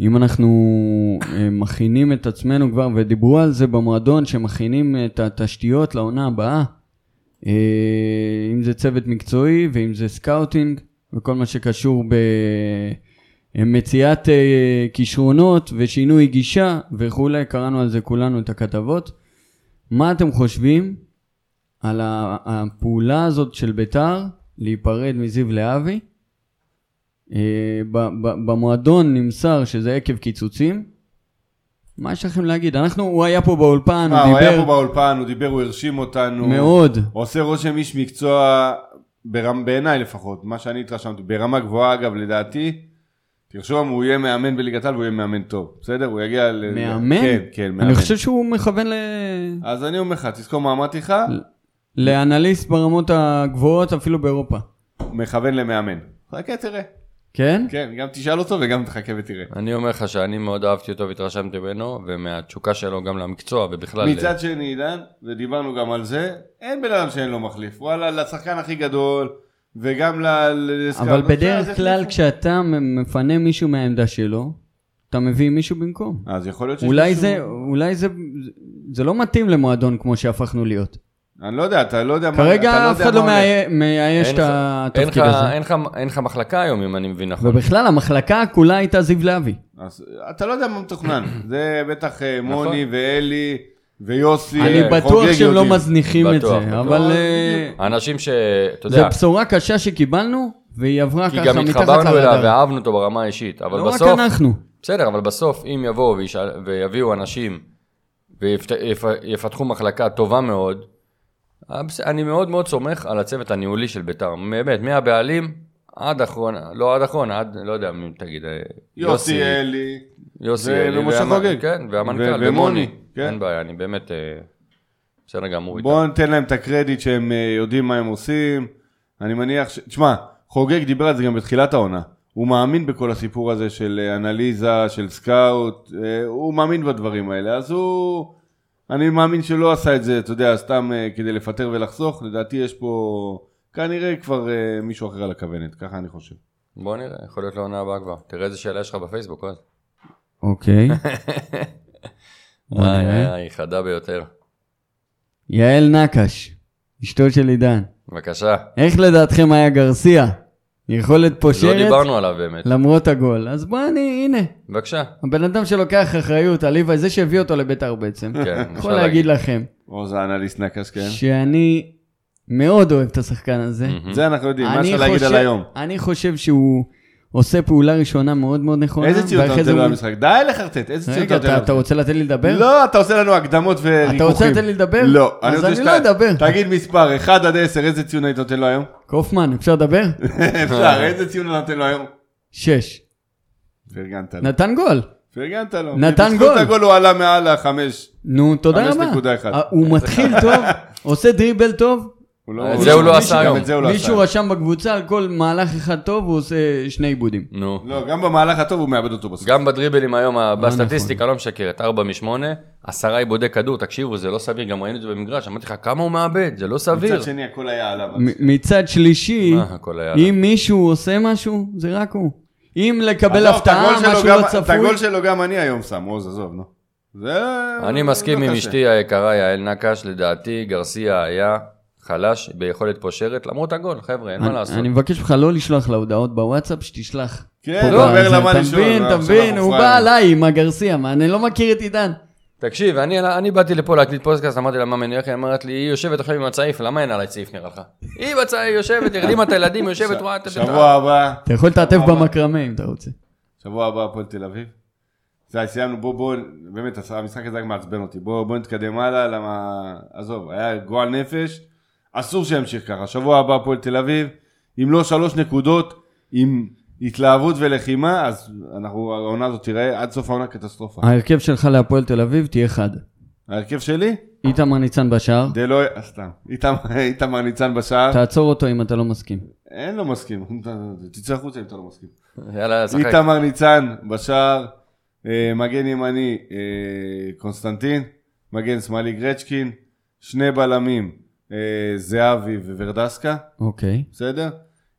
אם אנחנו אה, מכינים את עצמנו כבר, ודיברו על זה במועדון, שמכינים את התשתיות לעונה הבאה, אה, אם זה צוות מקצועי ואם זה סקאוטינג, וכל מה שקשור במציאת אה, כישרונות ושינוי גישה וכולי, קראנו על זה כולנו את הכתבות. מה אתם חושבים על ה- הפעולה הזאת של ביתר להיפרד מזיו להבי? אה, ב- ב- במועדון נמסר שזה עקב קיצוצים. מה יש לכם להגיד? אנחנו, הוא היה פה באולפן, אה, הוא הוא היה פה דיבר באולפן, הוא דיבר, הוא הרשים אותנו. מאוד. עושה רושם איש מקצוע, ברמ... בעיניי לפחות, מה שאני התרשמתי, ברמה גבוהה אגב, לדעתי, תרשום, הוא יהיה מאמן בליגת העל והוא יהיה מאמן טוב, בסדר? הוא יגיע ל... מאמן? כן, כן, מאמן. אני חושב שהוא מכוון ל... אז אני אומר לך, תזכור מה אמרתי לך, לאנליסט ברמות הגבוהות אפילו באירופה. הוא מכוון למאמן. חכה, תראה. כן? כן, גם תשאל אותו וגם תחכה ותראה. אני אומר לך שאני מאוד אהבתי אותו והתרשמתי ממנו, ומהתשוקה שלו גם למקצוע ובכלל. מצד שני, עידן, ודיברנו גם על זה, אין בן אדם שאין לו מחליף. וואלה, לשחקן הכי גדול, וגם ל... לסקאוט. אבל אז אז בדרך כלל החליפו. כשאתה מפנה מישהו מהעמדה שלו, אתה מביא מישהו במקום. אז יכול להיות שיש אולי מישהו- זה, אולי זה, זה לא מתאים למועדון כמו שהפכנו להיות. אני לא יודע, אתה לא יודע מה... אתה כרגע אף יודע אחד לא מה הולך. מאי- מאייש אין את לך- אין לך- התפקיד הזה. אין לך- אין לך מחלקה היום, אם אני מבין נכון. ובכלל המחלקה כולה הייתה זיו להבי. אז אתה לא יודע מה מתוכנן, זה בטח אה, נכון. מוני ואלי ויוסי, אני אה, בטוח חוגג שהם לא יודעים. מזניחים את בטוח, זה, בטוח. אבל לא, אה, האנשים שאתה זו יודע, בשורה קשה שקיבלנו, והיא עברה כי ככה גם מתחת התחברנו אליו לרדאר. ואהבנו אותו ברמה האישית, אבל לא רק בסוף, אנחנו. בסדר, אבל בסוף אם יבואו וישאל- ויביאו אנשים ויפתחו מחלקה טובה מאוד, הבס- אני מאוד מאוד סומך על הצוות הניהולי של ביתר, באמת, מהבעלים עד אחרון, לא עד אחרון, עד, לא יודע מי תגיד, אה, יוסי, אלי, יוסי ו- אלי, ומשה והמ- חוגג. כן, ו- והמנכ"ל, ומוני, ומוני, כן. אין בעיה, אני באמת, אה, בסדר גמור איתם. בואו ניתן להם את הקרדיט שהם אה, יודעים מה הם עושים, אני מניח ש... תשמע, חוגג דיבר על זה גם בתחילת העונה, הוא מאמין בכל הסיפור הזה של אה, אנליזה, של סקאוט, אה, הוא מאמין בדברים האלה, אז הוא... אני מאמין שלא עשה את זה, אתה יודע, סתם אה, כדי לפטר ולחסוך, לדעתי יש פה כנראה כבר אה, מישהו אחר על הכוונת, ככה אני חושב. בוא נראה, יכול להיות לעונה הבאה כבר. תראה איזה שאלה יש לך בפייסבוק, עוד. אוקיי. בוא נראה. היא חדה ביותר. יעל נקש, אשתו של עידן. בבקשה. איך לדעתכם היה גרסיה? יכולת לא פושרת דיברנו עליו באמת. למרות הגול. אז בוא אני, הנה, בבקשה. הבן אדם שלוקח אחריות על איוואי, זה שהביא אותו לבית"ר בעצם. כן, אפשר יכול להגיד להגיד. לכם או זה אנליסט נקש, כן. שאני מאוד אוהב את השחקן הזה. מהמם. זה אנחנו יודעים, מה אני יש לך להגיד חושב- על היום? אני חושב שהוא עושה פעולה ראשונה מאוד מאוד נכונה. איזה ציון אתה ואחרי זה נותן לו הוא- למשחק? די לחרטט, איזה ציון אתה רגע, נותן אתה- אתה לו? רוצה לתת לי לדבר? לא, אתה עושה לנו הקדמות וריכוכים. אתה רוצה לתת לי לדבר? לא. אז רוצה אני שאתה- לא אדבר. תגיד מספר, 1 עד 10, איזה ציון היית נותן לו היום? קופמן, אפשר לדבר? אפשר, איזה ציון אתה נותן לו היום? שש. פרגנת לו. נתן גול. פרגנת לו. נתן גול. בזכות הגול הוא עלה מעל החמש. נו, תודה רבה. 5.1. אה, הוא מתחיל טוב, עושה דריבל טוב. הוא את זה הוא לא עשה גם היום. את זה הוא לא מישהו עשה. רשם בקבוצה על כל מהלך אחד טוב, הוא עושה שני עיבודים. נו. לא, גם במהלך הטוב הוא מאבד אותו בסוף. גם בדריבלים היום, ה- נכון. בסטטיסטיקה לא משקרת, 4 מ-8, עשרה עיבודי כדור, תקשיבו, זה לא סביר, גם ראינו את זה במגרש, אמרתי לך, כמה הוא מאבד, זה לא סביר. מצד שני הכל היה עליו. מ- מצד שלישי, מה, הכל היה עליו. אם מישהו עושה משהו, זה רק הוא. אם לקבל עזוב, את הפתעה, הגול שלו משהו גם- לא את הגול צפוי, שלו גם אני היום שם, עוז, עזוב, נו. זה... אני זה מסכים לא עם קשה. אשתי היקרה יעל נקש, לדעתי גרסיה היה חלש ביכולת פושרת, למרות הגול, חבר'ה, אין מה אני- לעשות. אני מבקש ממך לא לשלוח לה הודעות בוואטסאפ, שתשלח. כן, פה לא, בזה. אומר לה מה אתה לשאול, מבין, מה, אתה עכשיו מבין, אנחנו הוא בא פראיירים. עליי עם הגרסיה, מה, אני לא מכיר את עידן. תקשיב, אני, אני באתי לפה להקליט פודקאסט, אמרתי לה, מה מניח? היא אמרת לי, היא יושבת עכשיו עם הצעיף, למה אין עליי צעיף נראה לך? היא בצעיף, יושבת, הרדימה את הילדים, יושבת, רואה את שבוע הבא, אתה יכול לתעטף סבבה. במקרמה אם אתה רוצה. שבוע הבא הפועל תל אביב. זה היה, סיימנו, בוא, בוא, באמת, המשחק הזה רק מעצבן אותי, בוא, בוא נתקדם הלאה, למה, עזוב, היה גועל נפש, אסור שימשיך ככה. שבוע הבא הפועל תל אביב, אם לא שלוש נקודות, עם התלהבות ולחימה, אז אנחנו, העונה הזאת תיראה עד סוף העונה קטסטרופה. ההרכב שלך להפועל תל אביב תהיה חד. ההרכב שלי, איתמר ניצן בשער, דלו, אה, סתם, איתמר- איתמר ניצן בשער, תעצור אותו אם אתה לא מסכים. אין לו מסכים, תצא החוצה אם אתה לא מסכים. יאללה, שחק. איתמר ניצן בשער, אה, מגן ימני אה, קונסטנטין, מגן שמאלי גרצ'קין, שני בלמים אה, זהבי וורדסקה, אוקיי, בסדר?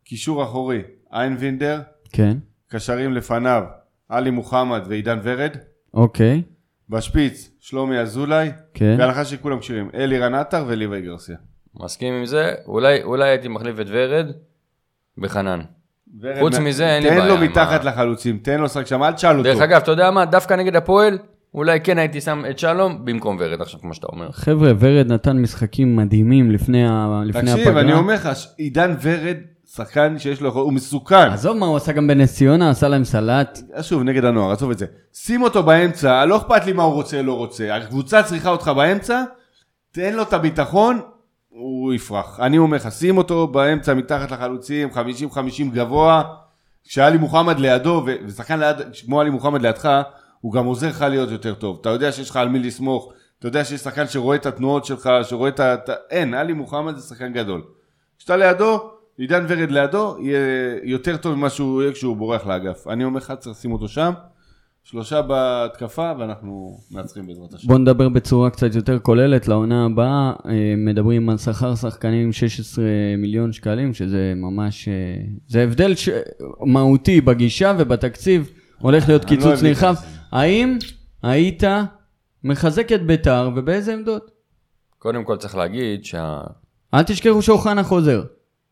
קישור אחורי איינבינדר, כן, קשרים לפניו עלי מוחמד ועידן ורד, אוקיי, בשפיץ שלומי אזולאי, כן, בהנחה שכולם כשירים, אלירן עטר וליוואי גרסיה. מסכים עם זה? אולי אולי הייתי מחליף את ורד בחנן. ורד חוץ מה- מזה, אין לי תן בעיה לו עם מתחת ה- לחלוצים, תן לו לשחק שם, אל תשאל אותו. דרך אגב, אתה יודע מה? דווקא נגד הפועל, אולי כן הייתי שם את שלום במקום ורד עכשיו, כמו שאתה אומר. חבר'ה, ורד נתן משחקים מדהימים לפני ה- לפני הפגרה. תקשיב, אני אומר לך, ש- עידן ורד, שחקן שיש לו, יכול- הוא מסוכן. עזוב מה הוא עשה גם בנס ציונה, עשה להם סלט. אז שוב, נגד הנוער, עזוב את זה. שים אותו באמצע, לא אכפת לי מה הוא רוצה, לא רוצה. הקבוצה צריכה אותך באמצע, תן לו את הביטחון, הוא יפרח. אני אומר לך, שים אותו באמצע, מתחת לחלוצים, 50-50 גבוה. כשעלי מוחמד לידו, ו- ושחקן ליד, כמו עלי מוחמד לידך, הוא גם עוזר לך להיות יותר טוב. אתה יודע שיש לך על מי לסמוך, אתה יודע שיש שחקן שרואה את התנועות שלך, שרואה את ה... את ה- אין, עלי מוחמד זה שחקן גדול. כשאתה לידו, עידן ורד לידו, יהיה יותר טוב ממה שהוא יהיה כשהוא בורח לאגף. אני אומר לך, צריך לשים אותו שם, שלושה בהתקפה, ואנחנו מנצחים בעזרת השם. בואו נדבר בצורה קצת יותר כוללת לעונה הבאה. אה, מדברים על שכר שחקנים 16 מיליון שקלים, שזה ממש... אה, זה הבדל ש... מהותי בגישה ובתקציב. הולך להיות אני לא קיצוץ אוהב נרחב. להיכנס האם היית מחזק את ביתר ובאיזה עמדות? קודם כל צריך להגיד שה... אל תשכחו שאוחנה חוזר.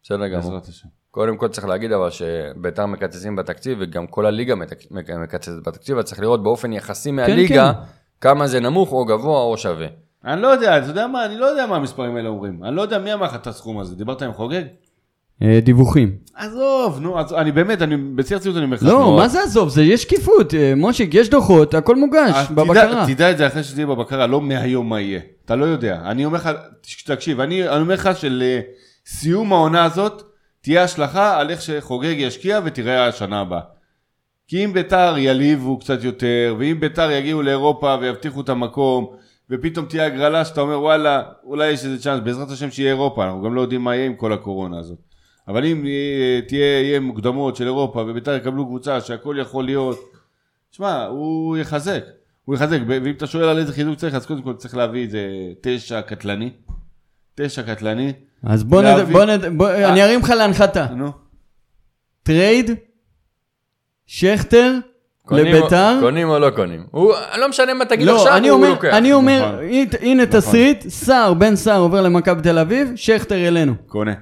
בסדר גמור. בעזרת השם. קודם כל צריך להגיד אבל שביתר מקצצים בתקציב וגם כל הליגה מתק- מק- מקצצת בתקציב, אז צריך לראות באופן יחסי מהליגה כן. כמה זה נמוך או גבוה או שווה. אני לא יודע, אתה יודע מה, אני לא יודע מה המספרים האלה אומרים. אני לא יודע מי אמר לך את הסכום הזה. דיברת עם חוגג? אה, דיווחים. עזוב, נו, אז אני באמת, אני בשיא הרצינות אני אומר לך. לא, נו, מה זה עזוב? זה יש שקיפות. אה, מושיק, יש דוחות, הכל אז מוגש אה, תדע- בבקרה. תדע את זה אחרי שזה יהיה בבקרה, לא מהיום מה יהיה. אתה לא יודע. אני אומר לך, תקשיב, אני אני אומר לך שלסיום העונה הזאת, תהיה השלכה על איך שחוגג ישקיע ותראה השנה הבאה. כי אם ביתר יליבו קצת יותר, ואם ביתר יגיעו לאירופה ויבטיחו את המקום, ופתאום תהיה הגרלה שאתה אומר וואלה, אולי יש איזה צ'אנס, בעזרת השם שיהיה אירופה, אנחנו גם לא יודעים מה יהיה עם כל הקורונה הזאת. אבל אם אה, תהיה, יהיה מוקדמות של אירופה, וביתר יקבלו קבוצה שהכל יכול להיות, שמע, הוא יחזק, הוא יחזק, ו- ואם אתה שואל על איזה חיזוק צריך, אז קודם כל צריך להביא איזה תשע קטלני, תשע קטלני, אז בוא נד... להביא- בוא נד... בוא... אני ארים לך להנחתה. נו, טרייד, שכטר, קונים או- לביתר. קונים או לא קונים. הוא, לא משנה מה תגיד לא, עכשיו, אני הוא אומר, לוקח. אני אומר, נכון. הנה- הנה תסריט, סער, בן סער עובר למכבי תל אביב, שכטר אלינו. קונה,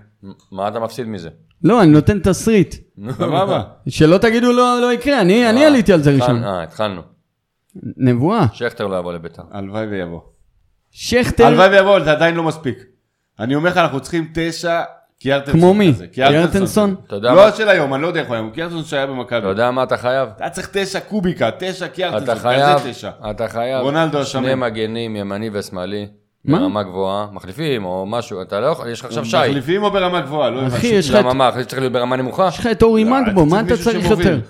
מה אתה מפסיד מזה? לא, אני נותן תסריט. סבבה, שלא תגידו לא לא יקרה, אני אני אה, עליתי על זה התחל- ראשון. אה, התחלנו. נבואה. שכטר לא יבוא לביתר. הלוואי ויבוא. שכטר, הלוואי ויבוא, אבל זה עדיין לא מספיק. אני אומר לך, אנחנו צריכים תשע קיארטנסון. כמו מי? כזה, קיארטנסון. קיארטנסון? אתה יודע מה- לא של היום, אני לא יודע איך הוא היום, קיארטנסון שהיה במכבי. אתה יודע מה אתה חייב? אתה צריך תשע קוביקה, תשע אתה קיארטנסון, חייב, אה, כזה תשע. אתה חייב, רונלדו שני השמן. מגנים, ימני ושמאלי, מה? ברמה גבוהה, מחליפים או משהו, אתה לא יכול, יש לך עכשיו שי. מחליפים או ברמה גבוהה? לא אחי, הבנתי. יש לך את- למה מה, אחרי שצריך להיות ברמה נמוכה? יש לך את אורי לא, מגבו, מה אתה מישהו צריך שמוביל. יותר?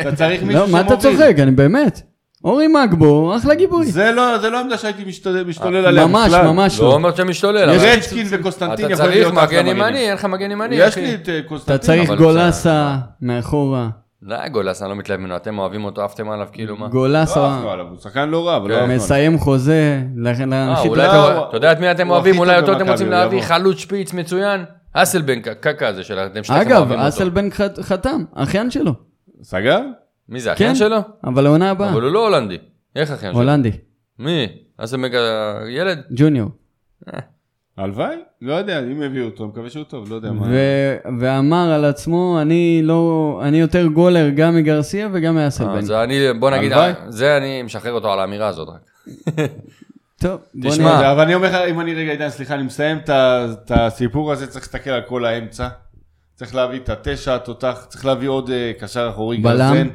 אתה צריך מישהו לא, שמוביל. מה אתה צוחק? אני באמת. אורי מגבו, אחלה גיבוי. זה לא זה לא עמדה שהייתי משתולל משתולל עליה ממש, בכלל. ממש לא לא. אומר שאתה משתולל, אבל רצ'קין וקוסטנטין אתה יכולים להיות צריך אחלה מגן מגנים. ימני, אין לך מגן ימני, יש אחי. לי את אה, קוסטנטין. אתה צריך אבל גולסה מאחורה. לא, גולס, אני לא מתלהב ממנו, אתם אוהבים אותו, עפתם עליו, כאילו מה. לא גולסה עפנו עליו, הוא שחקן לא רע, אבל כן, לא עפנו עליו. מסיים חוזה, לכן אה, להנחית אולי לא, אתה- הוא- אתה יודע את מי אתם הוא אוהבים, הכי אולי טוב אותו אתם במכבי, רוצים הוא להביא, יבוא. חלוץ שפיץ מצוין, אסלבנק, קקה הזה שלכם, שאתם אגב, אוהבים אותו. אסלבנק חת- חתם, אחיין שלו. סגר? מי זה, כן, אחיין שלו? אבל העונה הבאה, אבל הוא לא הולנדי, איך אחיין שלו? הולנדי, מי? אסלבנק הילד? ג'וניור. הלוואי? לא יודע, אם הביאו אותו, מקווה שהוא טוב, לא יודע מה. ו- ואמר על עצמו, אני לא, אני יותר גולר גם מגרסיה וגם אה, מאסלבנק. זה אני, בוא נגיד, אה, הלוואי. זה אני משחרר אותו על האמירה הזאת רק. טוב, בוא תשמע, נראה. אה, אבל אני אומר לך, אם אני רגע, עידן, סליחה, אני מסיים את ה- את הסיפור הזה, צריך להסתכל על כל האמצע. צריך להביא את התשע, התותח, צריך להביא עוד אה, קשר אחורי בלם. גרזן.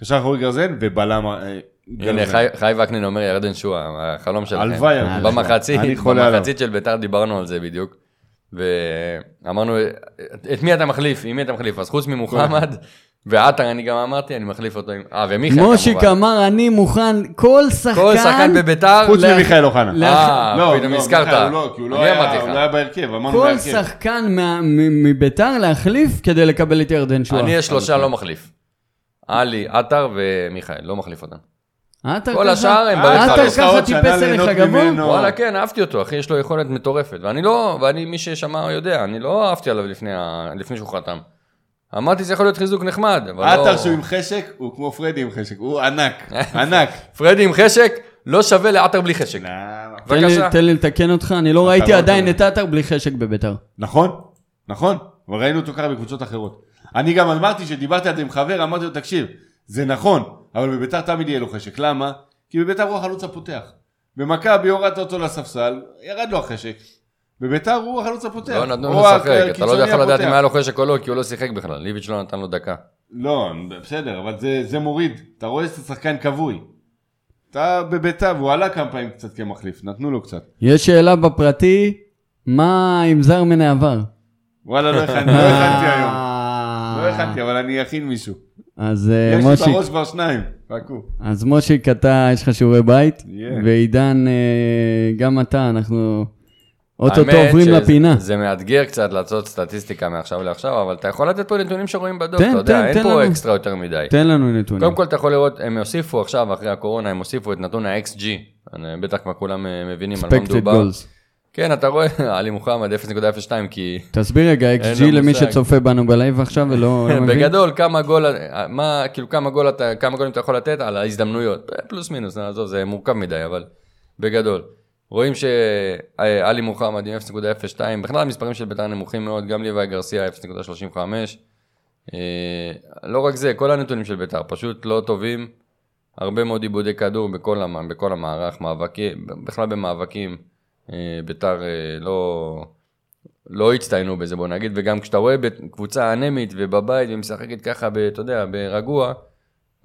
קשר אחורי גרזן ובלם, אה, הנה, חי- חי וקנין אומר ירדן שואה, החלום שלכם. הלוואי, הלוואי. במחצית, אני חולה עליו. במחצית של ביתר דיברנו על זה בדיוק. ואמרנו, את מי אתה מחליף? עם מי אתה מחליף? אז חוץ ממוחמד כן. ועטר, אני גם אמרתי, אני מחליף אותו עם... אה, ומיכה כמובן. מושיק אמר, אני מוכן, כל שחקן... כל שחקן בביתר, חוץ לה- ממיכאל אוחנה. לה- אה, פתאום מיכאל הזכרת. הוא לא, כי הוא לא אני היה אמרתי הוא לך. לא היה בהרכב, אמרנו כל בהרכב. שחקן מה- מ- מביתר להחליף כדי לקבל את ירדן שואה. אני יש שלושה לא מחליף. עלי, עטר ומיכאל, לא מחליף אותם. עטר כל ככה- השאר הם אה, באחד. עטר יש לך עוד ככה שנה טיפס ליהנות אליך גבוה? ממנו. וואלה, כן, אהבתי אותו, אחי, יש לו יכולת מטורפת. ואני לא, ואני, מי ששמע יודע, אני לא אהבתי עליו לפני, ה- לפני שהוא חתם. אמרתי, זה יכול להיות חיזוק נחמד, אבל לא... עטר שהוא עם חשק, הוא כמו פרדי עם חשק, הוא ענק, ענק. פרדי עם חשק, לא שווה לעטר בלי חשק. למה? תן לי- בבקשה. תן לי לתקן אותך, אני לא לא ראיתי עדיין יודע. את עטר בלי חשק בביתר. נכון, נכון, אבל ראינו אותו ככה בקבוצות אחרות. אני גם אמרתי, שדיברתי על זה עם חבר, אמרתי לו, תקשיב, זה נכון, אבל בביתר תמיד יהיה לו חשק, למה? כי בביתר הוא החלוץ הפותח. במכבי הורדת אותו לספסל, ירד לו החשק. בביתר הוא החלוץ הפותח. לא נתנו לו או לשחק, אתה לא הקיצוני יודע יכול לדעת הפותח. אם היה לו חשק או לא, כי הוא לא שיחק בכלל, ליביץ' לא נתן לו דקה. לא, בסדר, אבל זה, זה מוריד. אתה רואה שזה שחקן כבוי. אתה בביתר, והוא עלה כמה פעמים קצת כמחליף, נתנו לו קצת. יש שאלה בפרטי, מה עם זר מן העבר? וואלה, לא הכנתי, לא הכנתי היום. אה. לא הכנתי, אבל אני אכין מישהו. אז אה, יש לי מושיק, בראש כבר שניים, חכו. אז מושיק, אתה, יש לך שיעורי בית, Yeah. ועידן, אה, גם אתה, אנחנו אוטוטו האמת עוברים שזה- לפינה. זה מאתגר קצת לעשות סטטיסטיקה מעכשיו לעכשיו, אבל אתה יכול לתת פה נתונים שרואים בדוח, תן, אתה תן, יודע, אין תן פה לנו. אקסטרה יותר מדי. תן לנו נתונים. קודם כל אתה יכול לראות, הם הוסיפו עכשיו, אחרי הקורונה, הם הוסיפו את נתון ה-XG. אני- בטח כבר כולם אה, מבינים על מה Expected מדובר. goals. כן, אתה רואה, עלי מוחמד 0.02, כי תסביר רגע, XG לו למי מושג. שצופה בנו בלייב עכשיו ולא לא מבין. בגדול, כמה גול, מה, כאילו כמה גול אתה, כמה גולים אתה יכול לתת על ההזדמנויות, אה, פלוס מינוס, נעזוב, זה מורכב מדי, אבל בגדול. רואים שעלי מוחמד עם 0.02, בכלל המספרים של בית"ר נמוכים מאוד, גם ליוואי גרסיה 0.35. אה, לא רק זה, כל הנתונים של בית"ר פשוט לא טובים. הרבה מאוד עיבודי כדור בכל, המ- בכל המערך, מאבקים, בכלל במאבקים, אה, בית"ר אה, לא... לא הצטיינו בזה, בוא נגיד, וגם כשאתה רואה קבוצה אנמית ובבית ומשחקת ככה, ב, אתה יודע, ברגוע,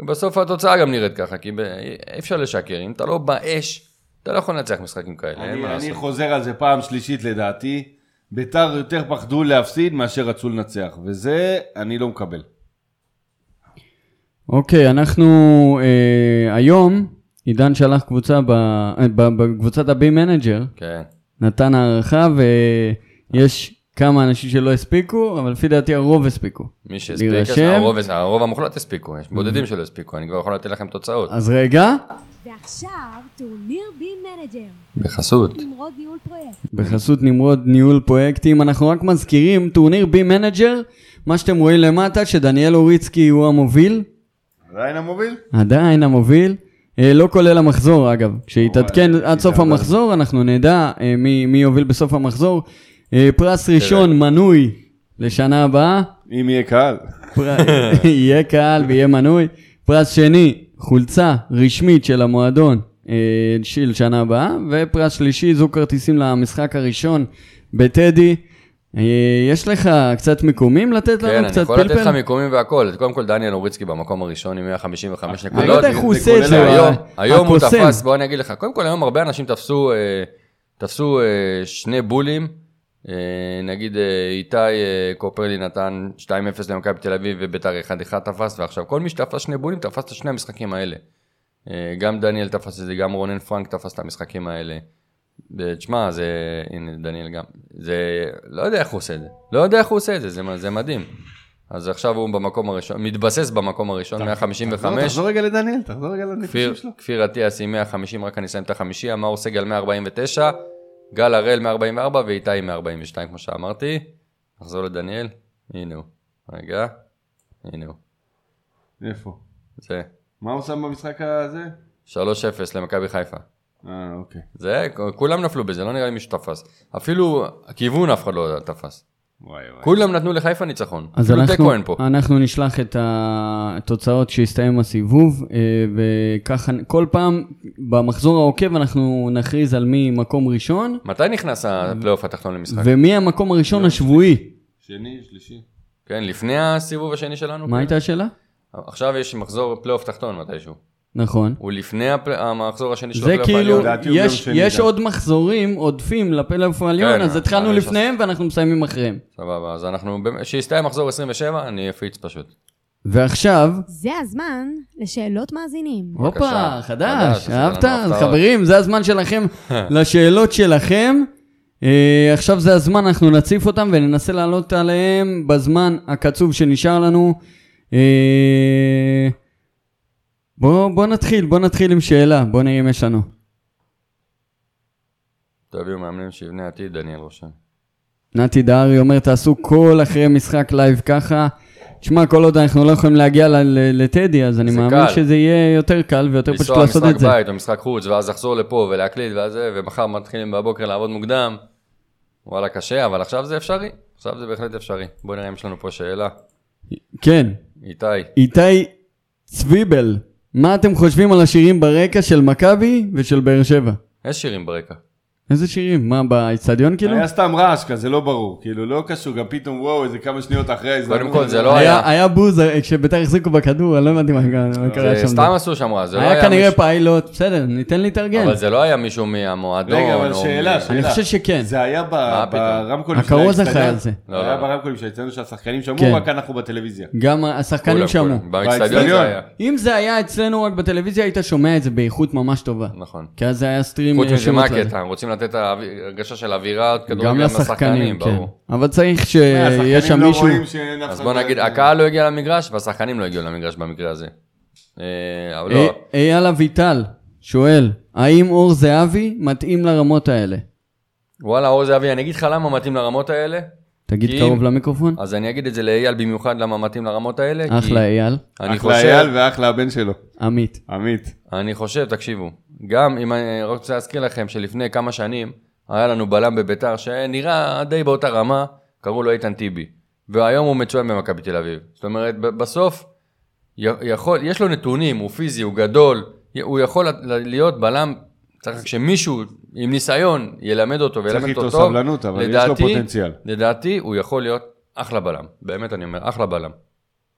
בסוף התוצאה גם נראית ככה, כי ב, אי אפשר לשקר, אם אתה לא באש, אתה לא יכול לנצח משחקים כאלה, אין מה אני, אני לעשות. חוזר על זה פעם שלישית לדעתי, ביתר יותר פחדו להפסיד מאשר רצו לנצח, וזה אני לא מקבל. אוקיי, אנחנו אה, היום, עידן שלח קבוצה ב- אה, ב- בקבוצת הבי מנג'ר, כן. נתן הערכה ויש כמה אנשים שלא הספיקו, אבל לפי דעתי הרוב הספיקו. מי שהספיק, להירשם? הרוב, הרוב המוחלט הספיקו, יש בודדים שלא הספיקו, אני כבר יכול לתת לכם תוצאות. אז רגע, ועכשיו טורניר בי מנג'ר, בחסות. נמרוד ניהול פרויקט. בחסות נמרוד ניהול פרויקטים, אנחנו רק מזכירים טורניר בי מנג'ר, מה שאתם רואים למטה, שדניאל אוריצקי הוא המוביל, עדיין המוביל? עדיין המוביל, אה, לא כולל המחזור אגב, כשיתעדכן עד סוף המחזור אנחנו נדע אה, מי, מי יוביל בסוף המחזור. אה, פרס ראשון מנוי לשנה הבאה, אם יהיה קהל. פר- יהיה קהל ויהיה מנוי. פרס שני, חולצה רשמית של המועדון אה, של שנה הבאה, ופרס שלישי, זוג כרטיסים למשחק הראשון בטדי. אה, יש לך קצת מיקומים לתת לנו? כן, אני קצת יכול לתת פלפל? לך מיקומים והכל. קודם כל, דניאל אוריצקי במקום הראשון עם 155 נקודות. אני לא יודע איך הוא זה עושה את כולל זה, הוא היום, ה- היום הוא הקוסם. תפס, בוא אני אגיד לך, קודם כל היום הרבה אנשים תפסו, אה, תפסו אה, שני בולים, אה, נגיד אה, איתי אה, קופרלי נתן 2-0 למכבי תל אביב וביתר 1-1 תפס, ועכשיו כל מי שתפס שני בולים תפס את שני המשחקים האלה. אה, גם דניאל תפס את זה, גם רונן פרנק תפס את המשחקים האלה. אה, תשמע, זה, הנה דניאל גם, זה, לא יודע איך הוא עושה את זה, לא יודע איך הוא עושה את זה, זה, זה מדהים. אז עכשיו הוא במקום הראשון, מתבסס במקום הראשון, לא 155. תחזור רגע לדניאל, תחזור רגע לנפשים כפיר, שלו. כפיר אטיאס עם 150, רק אני אסיים את החמישי, אמר סגל 149, גל הראל 144 ואיתי 142, כמו שאמרתי. נחזור לדניאל, הנה הוא. רגע, הנה הוא. איפה? זה מה הוא שם במשחק הזה? 3-0 למכבי חיפה. אה, אוקיי. זה, כולם נפלו בזה, לא נראה לי מישהו תפס. אפילו הכיוון אף אחד לא תפס. וואי וואי. כולם נתנו לחיפה ניצחון. אז אפילו תיקו אין אנחנו, אה, פה. אנחנו נשלח את התוצאות שהסתיים הסיבוב, אה, וככה כל פעם במחזור העוקב אנחנו נכריז על מי מקום ראשון, מתי נכנס הפלייאוף התחתון למשחק? ומי המקום הראשון השבועי. שני, שלישי. כן, לפני הסיבוב השני שלנו? מה הייתה השאלה? עכשיו יש מחזור פלייאוף תחתון מתישהו. נכון. הוא לפני הפ- המחזור השני שלו זה בפלייאוף כאילו, העליון. לדעתי הוא יש, ביום שני יש גם. עוד מחזורים עודפים לפלייאוף העליון, כן, אז אה, התחלנו אה, יש לפניהם ואנחנו מסיימים אחריהם. סבבה, אז אנחנו, במ- שיסתיים מחזור 27, אני אפיץ פשוט. ועכשיו, זה הזמן לשאלות מאזינים. הופה, בבקשה. חדש, אהבת? חדש, עשינו לנו אז הפתעות. אה. חברים, זה הזמן שלכם לשאלות שלכם. אה, עכשיו זה הזמן, אנחנו נציף אותם וננסה לעלות עליהם בזמן הקצוב שנשאר לנו. אה, בוא, בוא נתחיל, בוא נתחיל עם שאלה, בוא נראה אם יש לנו. תביאו מאמנים שיבנה עתיד, דניאל רושם. נתי דהרי אומר, תעשו כל אחרי משחק לייב ככה. תשמע, כל עוד אנחנו לא יכולים להגיע ל- ל- לטדי, אז אני זה מאמין קל. שזה יהיה יותר קל ויותר פשוט לנסוע לעשות משחק את זה. בית או משחק חוץ, ואז לחזור לפה ולהקליט ואז זה, ומחר מתחילים בבוקר לעבוד מוקדם. וואלה, קשה, אבל עכשיו זה אפשרי. עכשיו זה בהחלט אפשרי. בוא נראה אם יש לנו פה שאלה. כן, איתי, איתי צביבל, מה אתם חושבים על השירים ברקע של מכבי ושל באר שבע? יש שירים ברקע. איזה שירים? מה, באצטדיון כאילו? היה סתם רעש כזה, לא ברור. כאילו, לא קשור, גם פתאום, וואו, איזה כמה שניות אחרי ההזדמנות. כל, זה לא היה. היה בוז אה, כשביתר החזיקו בכדור, אני לא הבנתי מה קרה- מה קרה זה שם. סתם עשו שם רע, זה לא היה היה כנראה מישהו- פיילוט, בסדר, ניתן להתארגן. אבל זה לא היה מישהו מהמועדון. רגע, אבל או שאלה, מ- שאלה. אני חושב שכן. זה היה ב- פתאום? ברמקולים הכרוז האצטדיון? אחראי על זה. לא, היה לא. ברמקולים של האצטדיון שהשחקנים כן. שמעו, רק אנחנו בטלוויזיה. גם השחקנים כולם, שמעו. כולם. באצטדיון זה באצטדיון. היה. אם זה היה אצלנו רק בטלוויזיה, היית שומע את זה באיכות ממש טובה. נכון. כי אז זה היה אה, סטרים... חוץ מזה, ישיר מה לצד. הקטע? הם רוצים לתת האוו- הרגשה של אווירה, כדורגל גם לשחקנים, כן. ברור. אבל צריך שיהיה השחקנים אה, שם לא מישהו... רואים שאין אף אז אחד בוא ב- נגיד, הקהל לא הגיע למגרש, והשחקנים לא הגיעו למגרש במקרה הזה. אה, אבל לא, אה, אייל אביטל שואל, האם אור זהבי מתאים לרמות האלה? וואלה, אור זהבי, אני אגיד לך למה מתאים לרמות האלה, תגיד כי- קרוב למיקרופון. אז אני אגיד את זה לאייל במיוחד למה מתאים לרמות האלה. כי אחלה אייל, אני אחלה חושב, אייל ואחלה הבן שלו, עמית. עמית. אני חושב, תקשיבו, גם אם אני אה, רק רוצה להזכיר לכם שלפני כמה שנים, היה לנו בלם בביתר שנראה די באותה רמה, קראו לו איתן טיבי. והיום הוא מצוין במכבי תל אביב. זאת אומרת, ב- בסוף, י- יכול, יש לו נתונים, הוא פיזי, הוא גדול, י- הוא יכול ל- להיות בלם, צריך רק שמישהו עם ניסיון ילמד אותו וילמד אותו איתו טוב. סבלנות, אבל יש לו לדעתי- פוטנציאל. לדעתי הוא יכול להיות אחלה בלם, באמת אני אומר, אחלה בלם.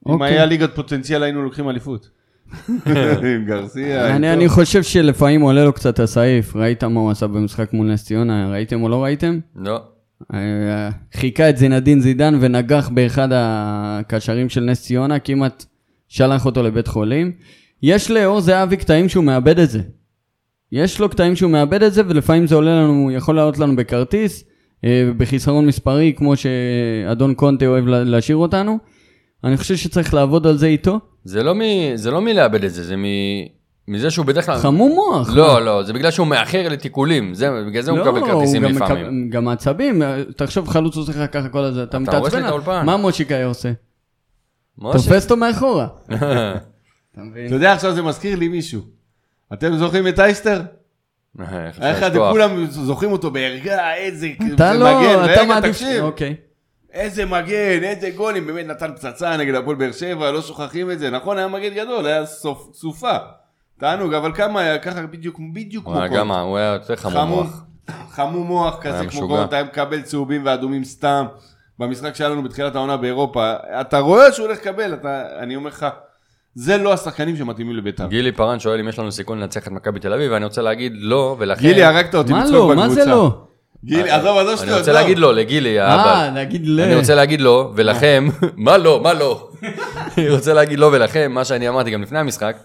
אם אוקיי. היה ליגת פוטנציאל היינו לוקחים אליפות. עם גרסיה. עם אני, אה, טוב. אני חושב שלפעמים עולה לו קצת הסעיף, ראית מה הוא עשה במשחק מול נס ציונה, ראיתם או לא ראיתם? לא, אה, חיכה את זינדין זידן ונגח באחד הקשרים של נס ציונה, כמעט שלח אותו לבית חולים. יש לאור זהבי קטעים שהוא מאבד את זה. יש לו קטעים שהוא מאבד את זה, ולפעמים זה עולה לנו, יכול לעלות לנו בכרטיס, אה, בחיסרון מספרי, כמו שאדון קונטה אוהב לה- להשאיר אותנו. אני חושב שצריך לעבוד על זה איתו. זה לא, מ, זה לא מלאבד את זה, זה מ, מזה שהוא בדרך כלל... חמום מוח. לא, לא, זה בגלל שהוא מאחר לתיקולים, זה, בגלל זה הוא לא, מקבל כרטיסים הוא גם לפעמים. מקב- גם עצבים, תחשוב חלוץ עושה לך ככה כל הזה, אתה הורס לי מתעצבן, את האולפן. מה מושיקה היה עושה? משה, תופס אותו מאחורה. אתה מבין? אתה יודע, עכשיו זה מזכיר לי מישהו. אתם זוכרים את אייסטר? אה, איך היה אפשר אחד, לשכוח? כולם זוכרים אותו בערגה, איזה זה אתה לא, מגן. אתה רגע, מעדיף... תקשיב. אוקיי. איזה מגן, איזה גולים, באמת נתן פצצה נגד הפועל באר שבע, לא שוכחים את זה. נכון, היה מגן גדול, היה סוף- סופה. תענוג, אבל כמה היה ככה בדיוק, בדיוק כמו הוא היה גם, קונט. הוא היה יותר חמום מוח. חמום מוח היה כזה כמו משוגע. קונט, היה מקבל צהובים ואדומים סתם. במשחק שהיה לנו בתחילת העונה באירופה, אתה רואה שהוא הולך לקבל, אתה, אני אומר לך, זה לא השחקנים שמתאימים לבית"ר. גילי פארן שואל אם יש לנו סיכון לנצח את מכבי תל אביב, ואני רוצה להגיד לא, ולכן... גילי, הרגת אותי מה בצחוק לא? בקבוצה. מה זה לא? גילי, עזוב, עזוב אני שטויות, רוצה לא. להגיד לא, לגילי, האבא. אה, נגיד ל... אני רוצה להגיד לא, ולכם, אה. מה לא, מה לא. אני רוצה להגיד לא ולכם, מה שאני אמרתי גם לפני המשחק,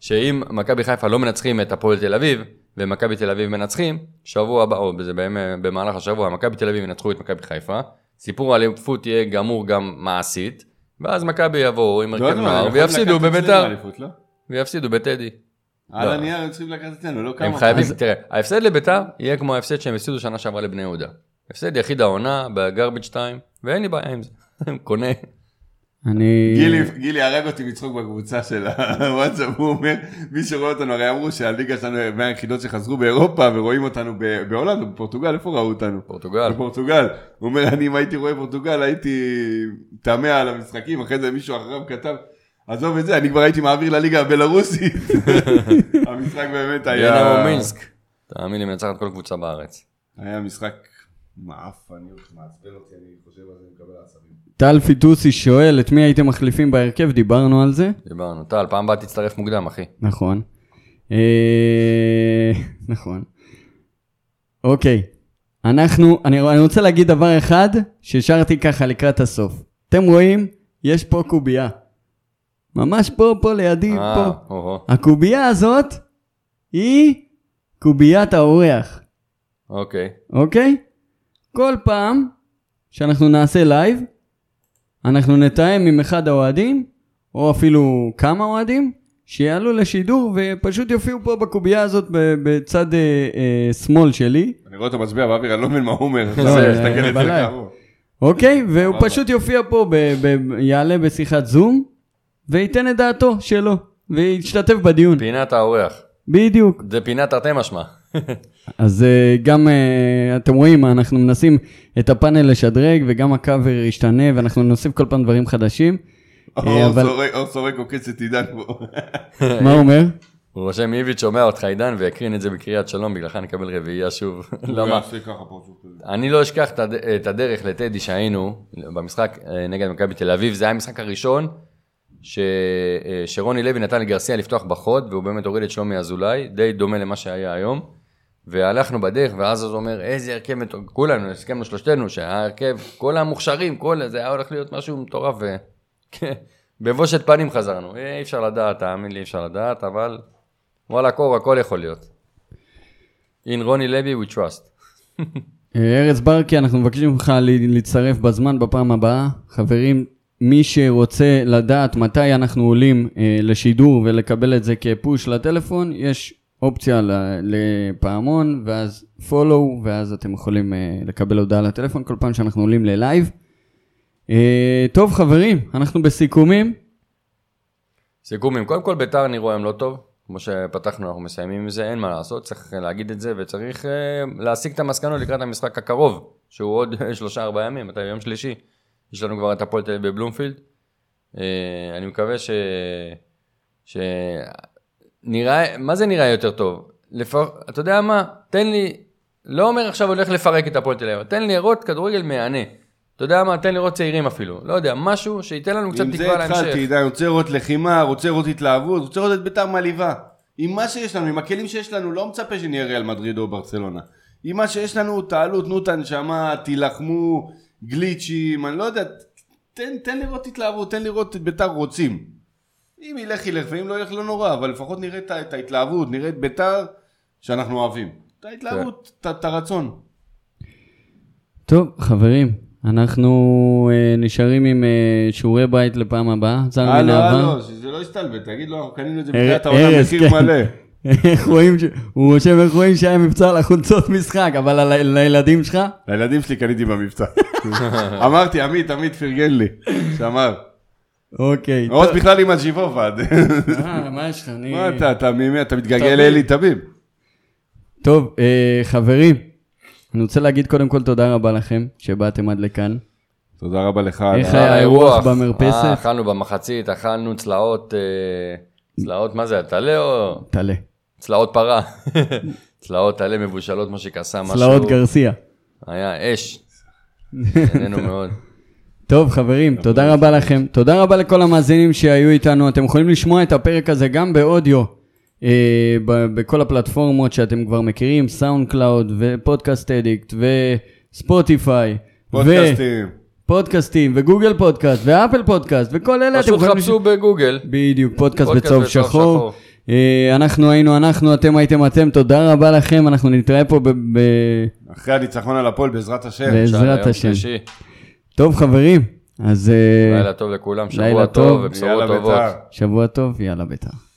שאם מכבי חיפה לא מנצחים את הפועל תל אביב, ומכבי תל אביב מנצחים, שבוע הבא, או זה בימי- במהלך השבוע, מכבי תל אביב ינצחו את מכבי חיפה, סיפור האליפות יהיה גמור גם מעשית, ואז מכבי יבואו עם לא יודע הרכב מה, נוער, הם יכולים ויפסידו לקחת אצלנו בביתר, אליפות, לא? ויפסידו בטדי. על לא. הנייר הם צריכים לקחת אצלנו, לא כמה. הם חייבים, תראה, ההפסד לביתר יהיה כמו ההפסד שהם הפסידו שנה שעברה לבני יהודה. הפסד יחיד העונה בגרביג' 2, ואין לי בעיה עם זה. קונה. אני... גילי, גילי הרג אותי מצחוק בקבוצה של הוואטסאפ, הוא אומר, מי שרואה אותנו, הרי אמרו שהליגה שלנו היא מהיחידות שחזרו באירופה ורואים אותנו ב- בהולנד ובפורטוגל, איפה ראו אותנו? פורטוגל. בפורטוגל. הוא אומר, אני אם הייתי רואה פורטוגל הייתי תמה על המשחקים, אחרי זה מישהו אחריו כתב, עזוב את זה, אני כבר הייתי מעביר לליגה הבלארוסית. המשחק באמת היה... דינמו מינסק. תאמין לי, מנצחת כל קבוצה בארץ. היה משחק מעפני, מעצבן אותי, אני חושב על זה, אני מקבל עצבים. טל פיטוסי שואל, את מי הייתם מחליפים בהרכב? דיברנו על זה. דיברנו. טל, פעם הבאה תצטרף מוקדם, אחי. נכון. אה, נכון. אוקיי, אנחנו, אני, אני רוצה להגיד דבר אחד שהשארתי ככה לקראת הסוף. אתם רואים? יש פה קובייה. ממש פה, פה לידי, אה, פה. אוהו. הקובייה הזאת היא קוביית האורח, אוקיי. אוקיי? כל פעם שאנחנו נעשה לייב, אנחנו נתאם עם אחד האוהדים, או אפילו כמה אוהדים, שיעלו לשידור ופשוט יופיעו פה בקובייה הזאת ב- בצד אה, אה, שמאל שלי, אני רואה אותו מצביע באוויר, אני לא מבין מה הוא אומר. לא, זה, אה, תסתכל את זה בלילה. ככה. אוקיי? והוא סבבה. פשוט יופיע פה, ב- ב- יעלה בשיחת זום, וייתן את דעתו שלו, וישתתף בדיון, פינת האורח. בדיוק. זה פינת תרתי משמע. אז אה, גם אה, אתם רואים, אנחנו מנסים את הפאנל לשדרג, וגם הקאבר ישתנה, ואנחנו נוסיף כל פעם דברים חדשים. אה, אור אבל- סורק- אור סורק עוקץ את עידן פה. מה הוא אומר? הוא רושם איביץ' שומע אותך עידן ויקרין את זה בקריאת שלום, בגללך נקבל רביעייה שוב. למה? הוא יעשה לא ככה פה, פשוט. אני לא אשכח את הד- את הדרך לטדי שהיינו במשחק אה, נגד מכבי תל אביב, זה היה המשחק הראשון ש... אה, שרוני לוי נתן לגרסיה לפתוח בחוד, והוא באמת הוריד את שלומי אזולאי, די דומה למה שהיה היום. והלכנו בדרך, ואז הוא אומר, איזה הרכב, מט- כולנו, הסכמנו שלושתנו, שההרכב, כל המוכשרים, כל זה היה הולך להיות משהו מטורף, ו... כן, בבושת פנים חזרנו. אה, אי אפשר לדעת, תאמין לי, אי אפשר לדעת, אבל וואלה, קור, הכל יכול להיות. In רוני לוי we trust. אה, ארז ברקי, אנחנו מבקשים ממך ל- להצטרף בזמן בפעם הבאה. חברים, מי שרוצה לדעת מתי אנחנו עולים אה, לשידור ולקבל את זה כפוש לטלפון, יש אופציה ל- לפעמון, ואז follow, ואז אתם יכולים אה, לקבל הודעה לטלפון כל פעם שאנחנו עולים ללייב. אה, טוב חברים, אנחנו בסיכומים. סיכומים, קודם כל ביתר אני רואה הם לא טוב, כמו שפתחנו אנחנו מסיימים עם זה, אין מה לעשות, צריך להגיד את זה וצריך אה, להסיק את המסקנות לקראת המשחק הקרוב, שהוא עוד שלושה ארבעה ימים, מתי יום שלישי, יש לנו כבר את הפועל תל אביב בבלומפילד, אה, אני מקווה ש... ש... נראה, מה זה נראה יותר טוב? לפ... אתה יודע מה? תן לי, לא אומר עכשיו הולך לפרק את הפועל תל אביב, תן לי לראות כדורגל מהנה. אתה יודע מה? תן לראות צעירים אפילו. לא יודע, משהו שייתן לנו קצת עם זה תקווה להמשך. התחלתי, עידן, רוצה לראות לחימה, רוצה לראות התלהבות, רוצה לראות את ביתר מלאיבה. עם מה שיש לנו, עם הכלים שיש לנו, לא מצפה שנהיה ריאל מדריד או ברצלונה. עם מה שיש לנו, תעלו, תנו את הנשמה, תילחמו, גליצ'ים, אני לא יודע, תן, תן לראות התלהבות, תן לראות את ביתר רוצים. אם ילך ילך ואם לא ילך לא נורא, אבל לפחות נראה את ה- את ההתלהבות, נראה את ביתר שאנחנו אוהבים. את כן. ההתלהבות, את- את הרצון. טוב, חברים, אנחנו אה, נשארים עם אה, שיעורי בית לפעם הבאה. זר מן הלו, העבר. הלו, שזה לא יסתלבט, תגיד לו, אנחנו קנינו את זה אר- בקריאת העולם ארז, מחיר כן. מלא. איך רואים, ש- הוא רושם איך רואים שהיה מבצע על החולצות משחק, אבל על ה- לילדים שלך? לילדים שלי קניתי במבצע. אמרתי, עמית, עמית פרגן לי, שאמר. אוקיי. מעוז טוב. בכלל עם הג'יבוב עד. אה, מה יש לך? אני... אוקיי. מה אתה, אתה ממי, אתה מתגעגע תמיד. לאלי תביב. טוב, אה, חברים, אני רוצה להגיד קודם כל תודה רבה לכם שבאתם עד לכאן. תודה רבה לך. איך על ה- היה האירוח במרפסת? אה, אכלנו במחצית, אכלנו צלעות, אה, צלעות, מה זה, טלה או? תעלה. צלעות פרה. צלעות טלה מבושלות, משה קסם, משהו. צלעות גרסיה. היה אש. נהנינו מאוד. טוב חברים, לא תודה רבה לכם. תודה רבה לכל המאזינים שהיו איתנו. אתם יכולים לשמוע את הפרק הזה גם באודיו, אה, ב- בכל הפלטפורמות שאתם כבר מכירים, סאונד קלאוד ופודקאסט אדיקט וספוטיפיי. פודקאסטים. ופודקאסטים וגוגל פודקאסט ואפל פודקאסט וכל אלה אתם פשוט יכולים... חפשו בגוגל. בדיוק, פודקאסט פודקאסט בצהוב בצהוב שחור. שחור. אה, אנחנו היינו אנחנו, אתם הייתם אתם, תודה רבה לכם, אנחנו נתראה פה ב- ב- אחרי הניצחון על הפועל, בעזרת השם. יאללה, בעזרת יום השם. שלישי. טוב חברים, אז אה, לילה טוב לכולם, שבוע לילה טוב. טוב ובשורות יאללה טובות. בית"ר. שבוע טוב, יאללה בית"ר.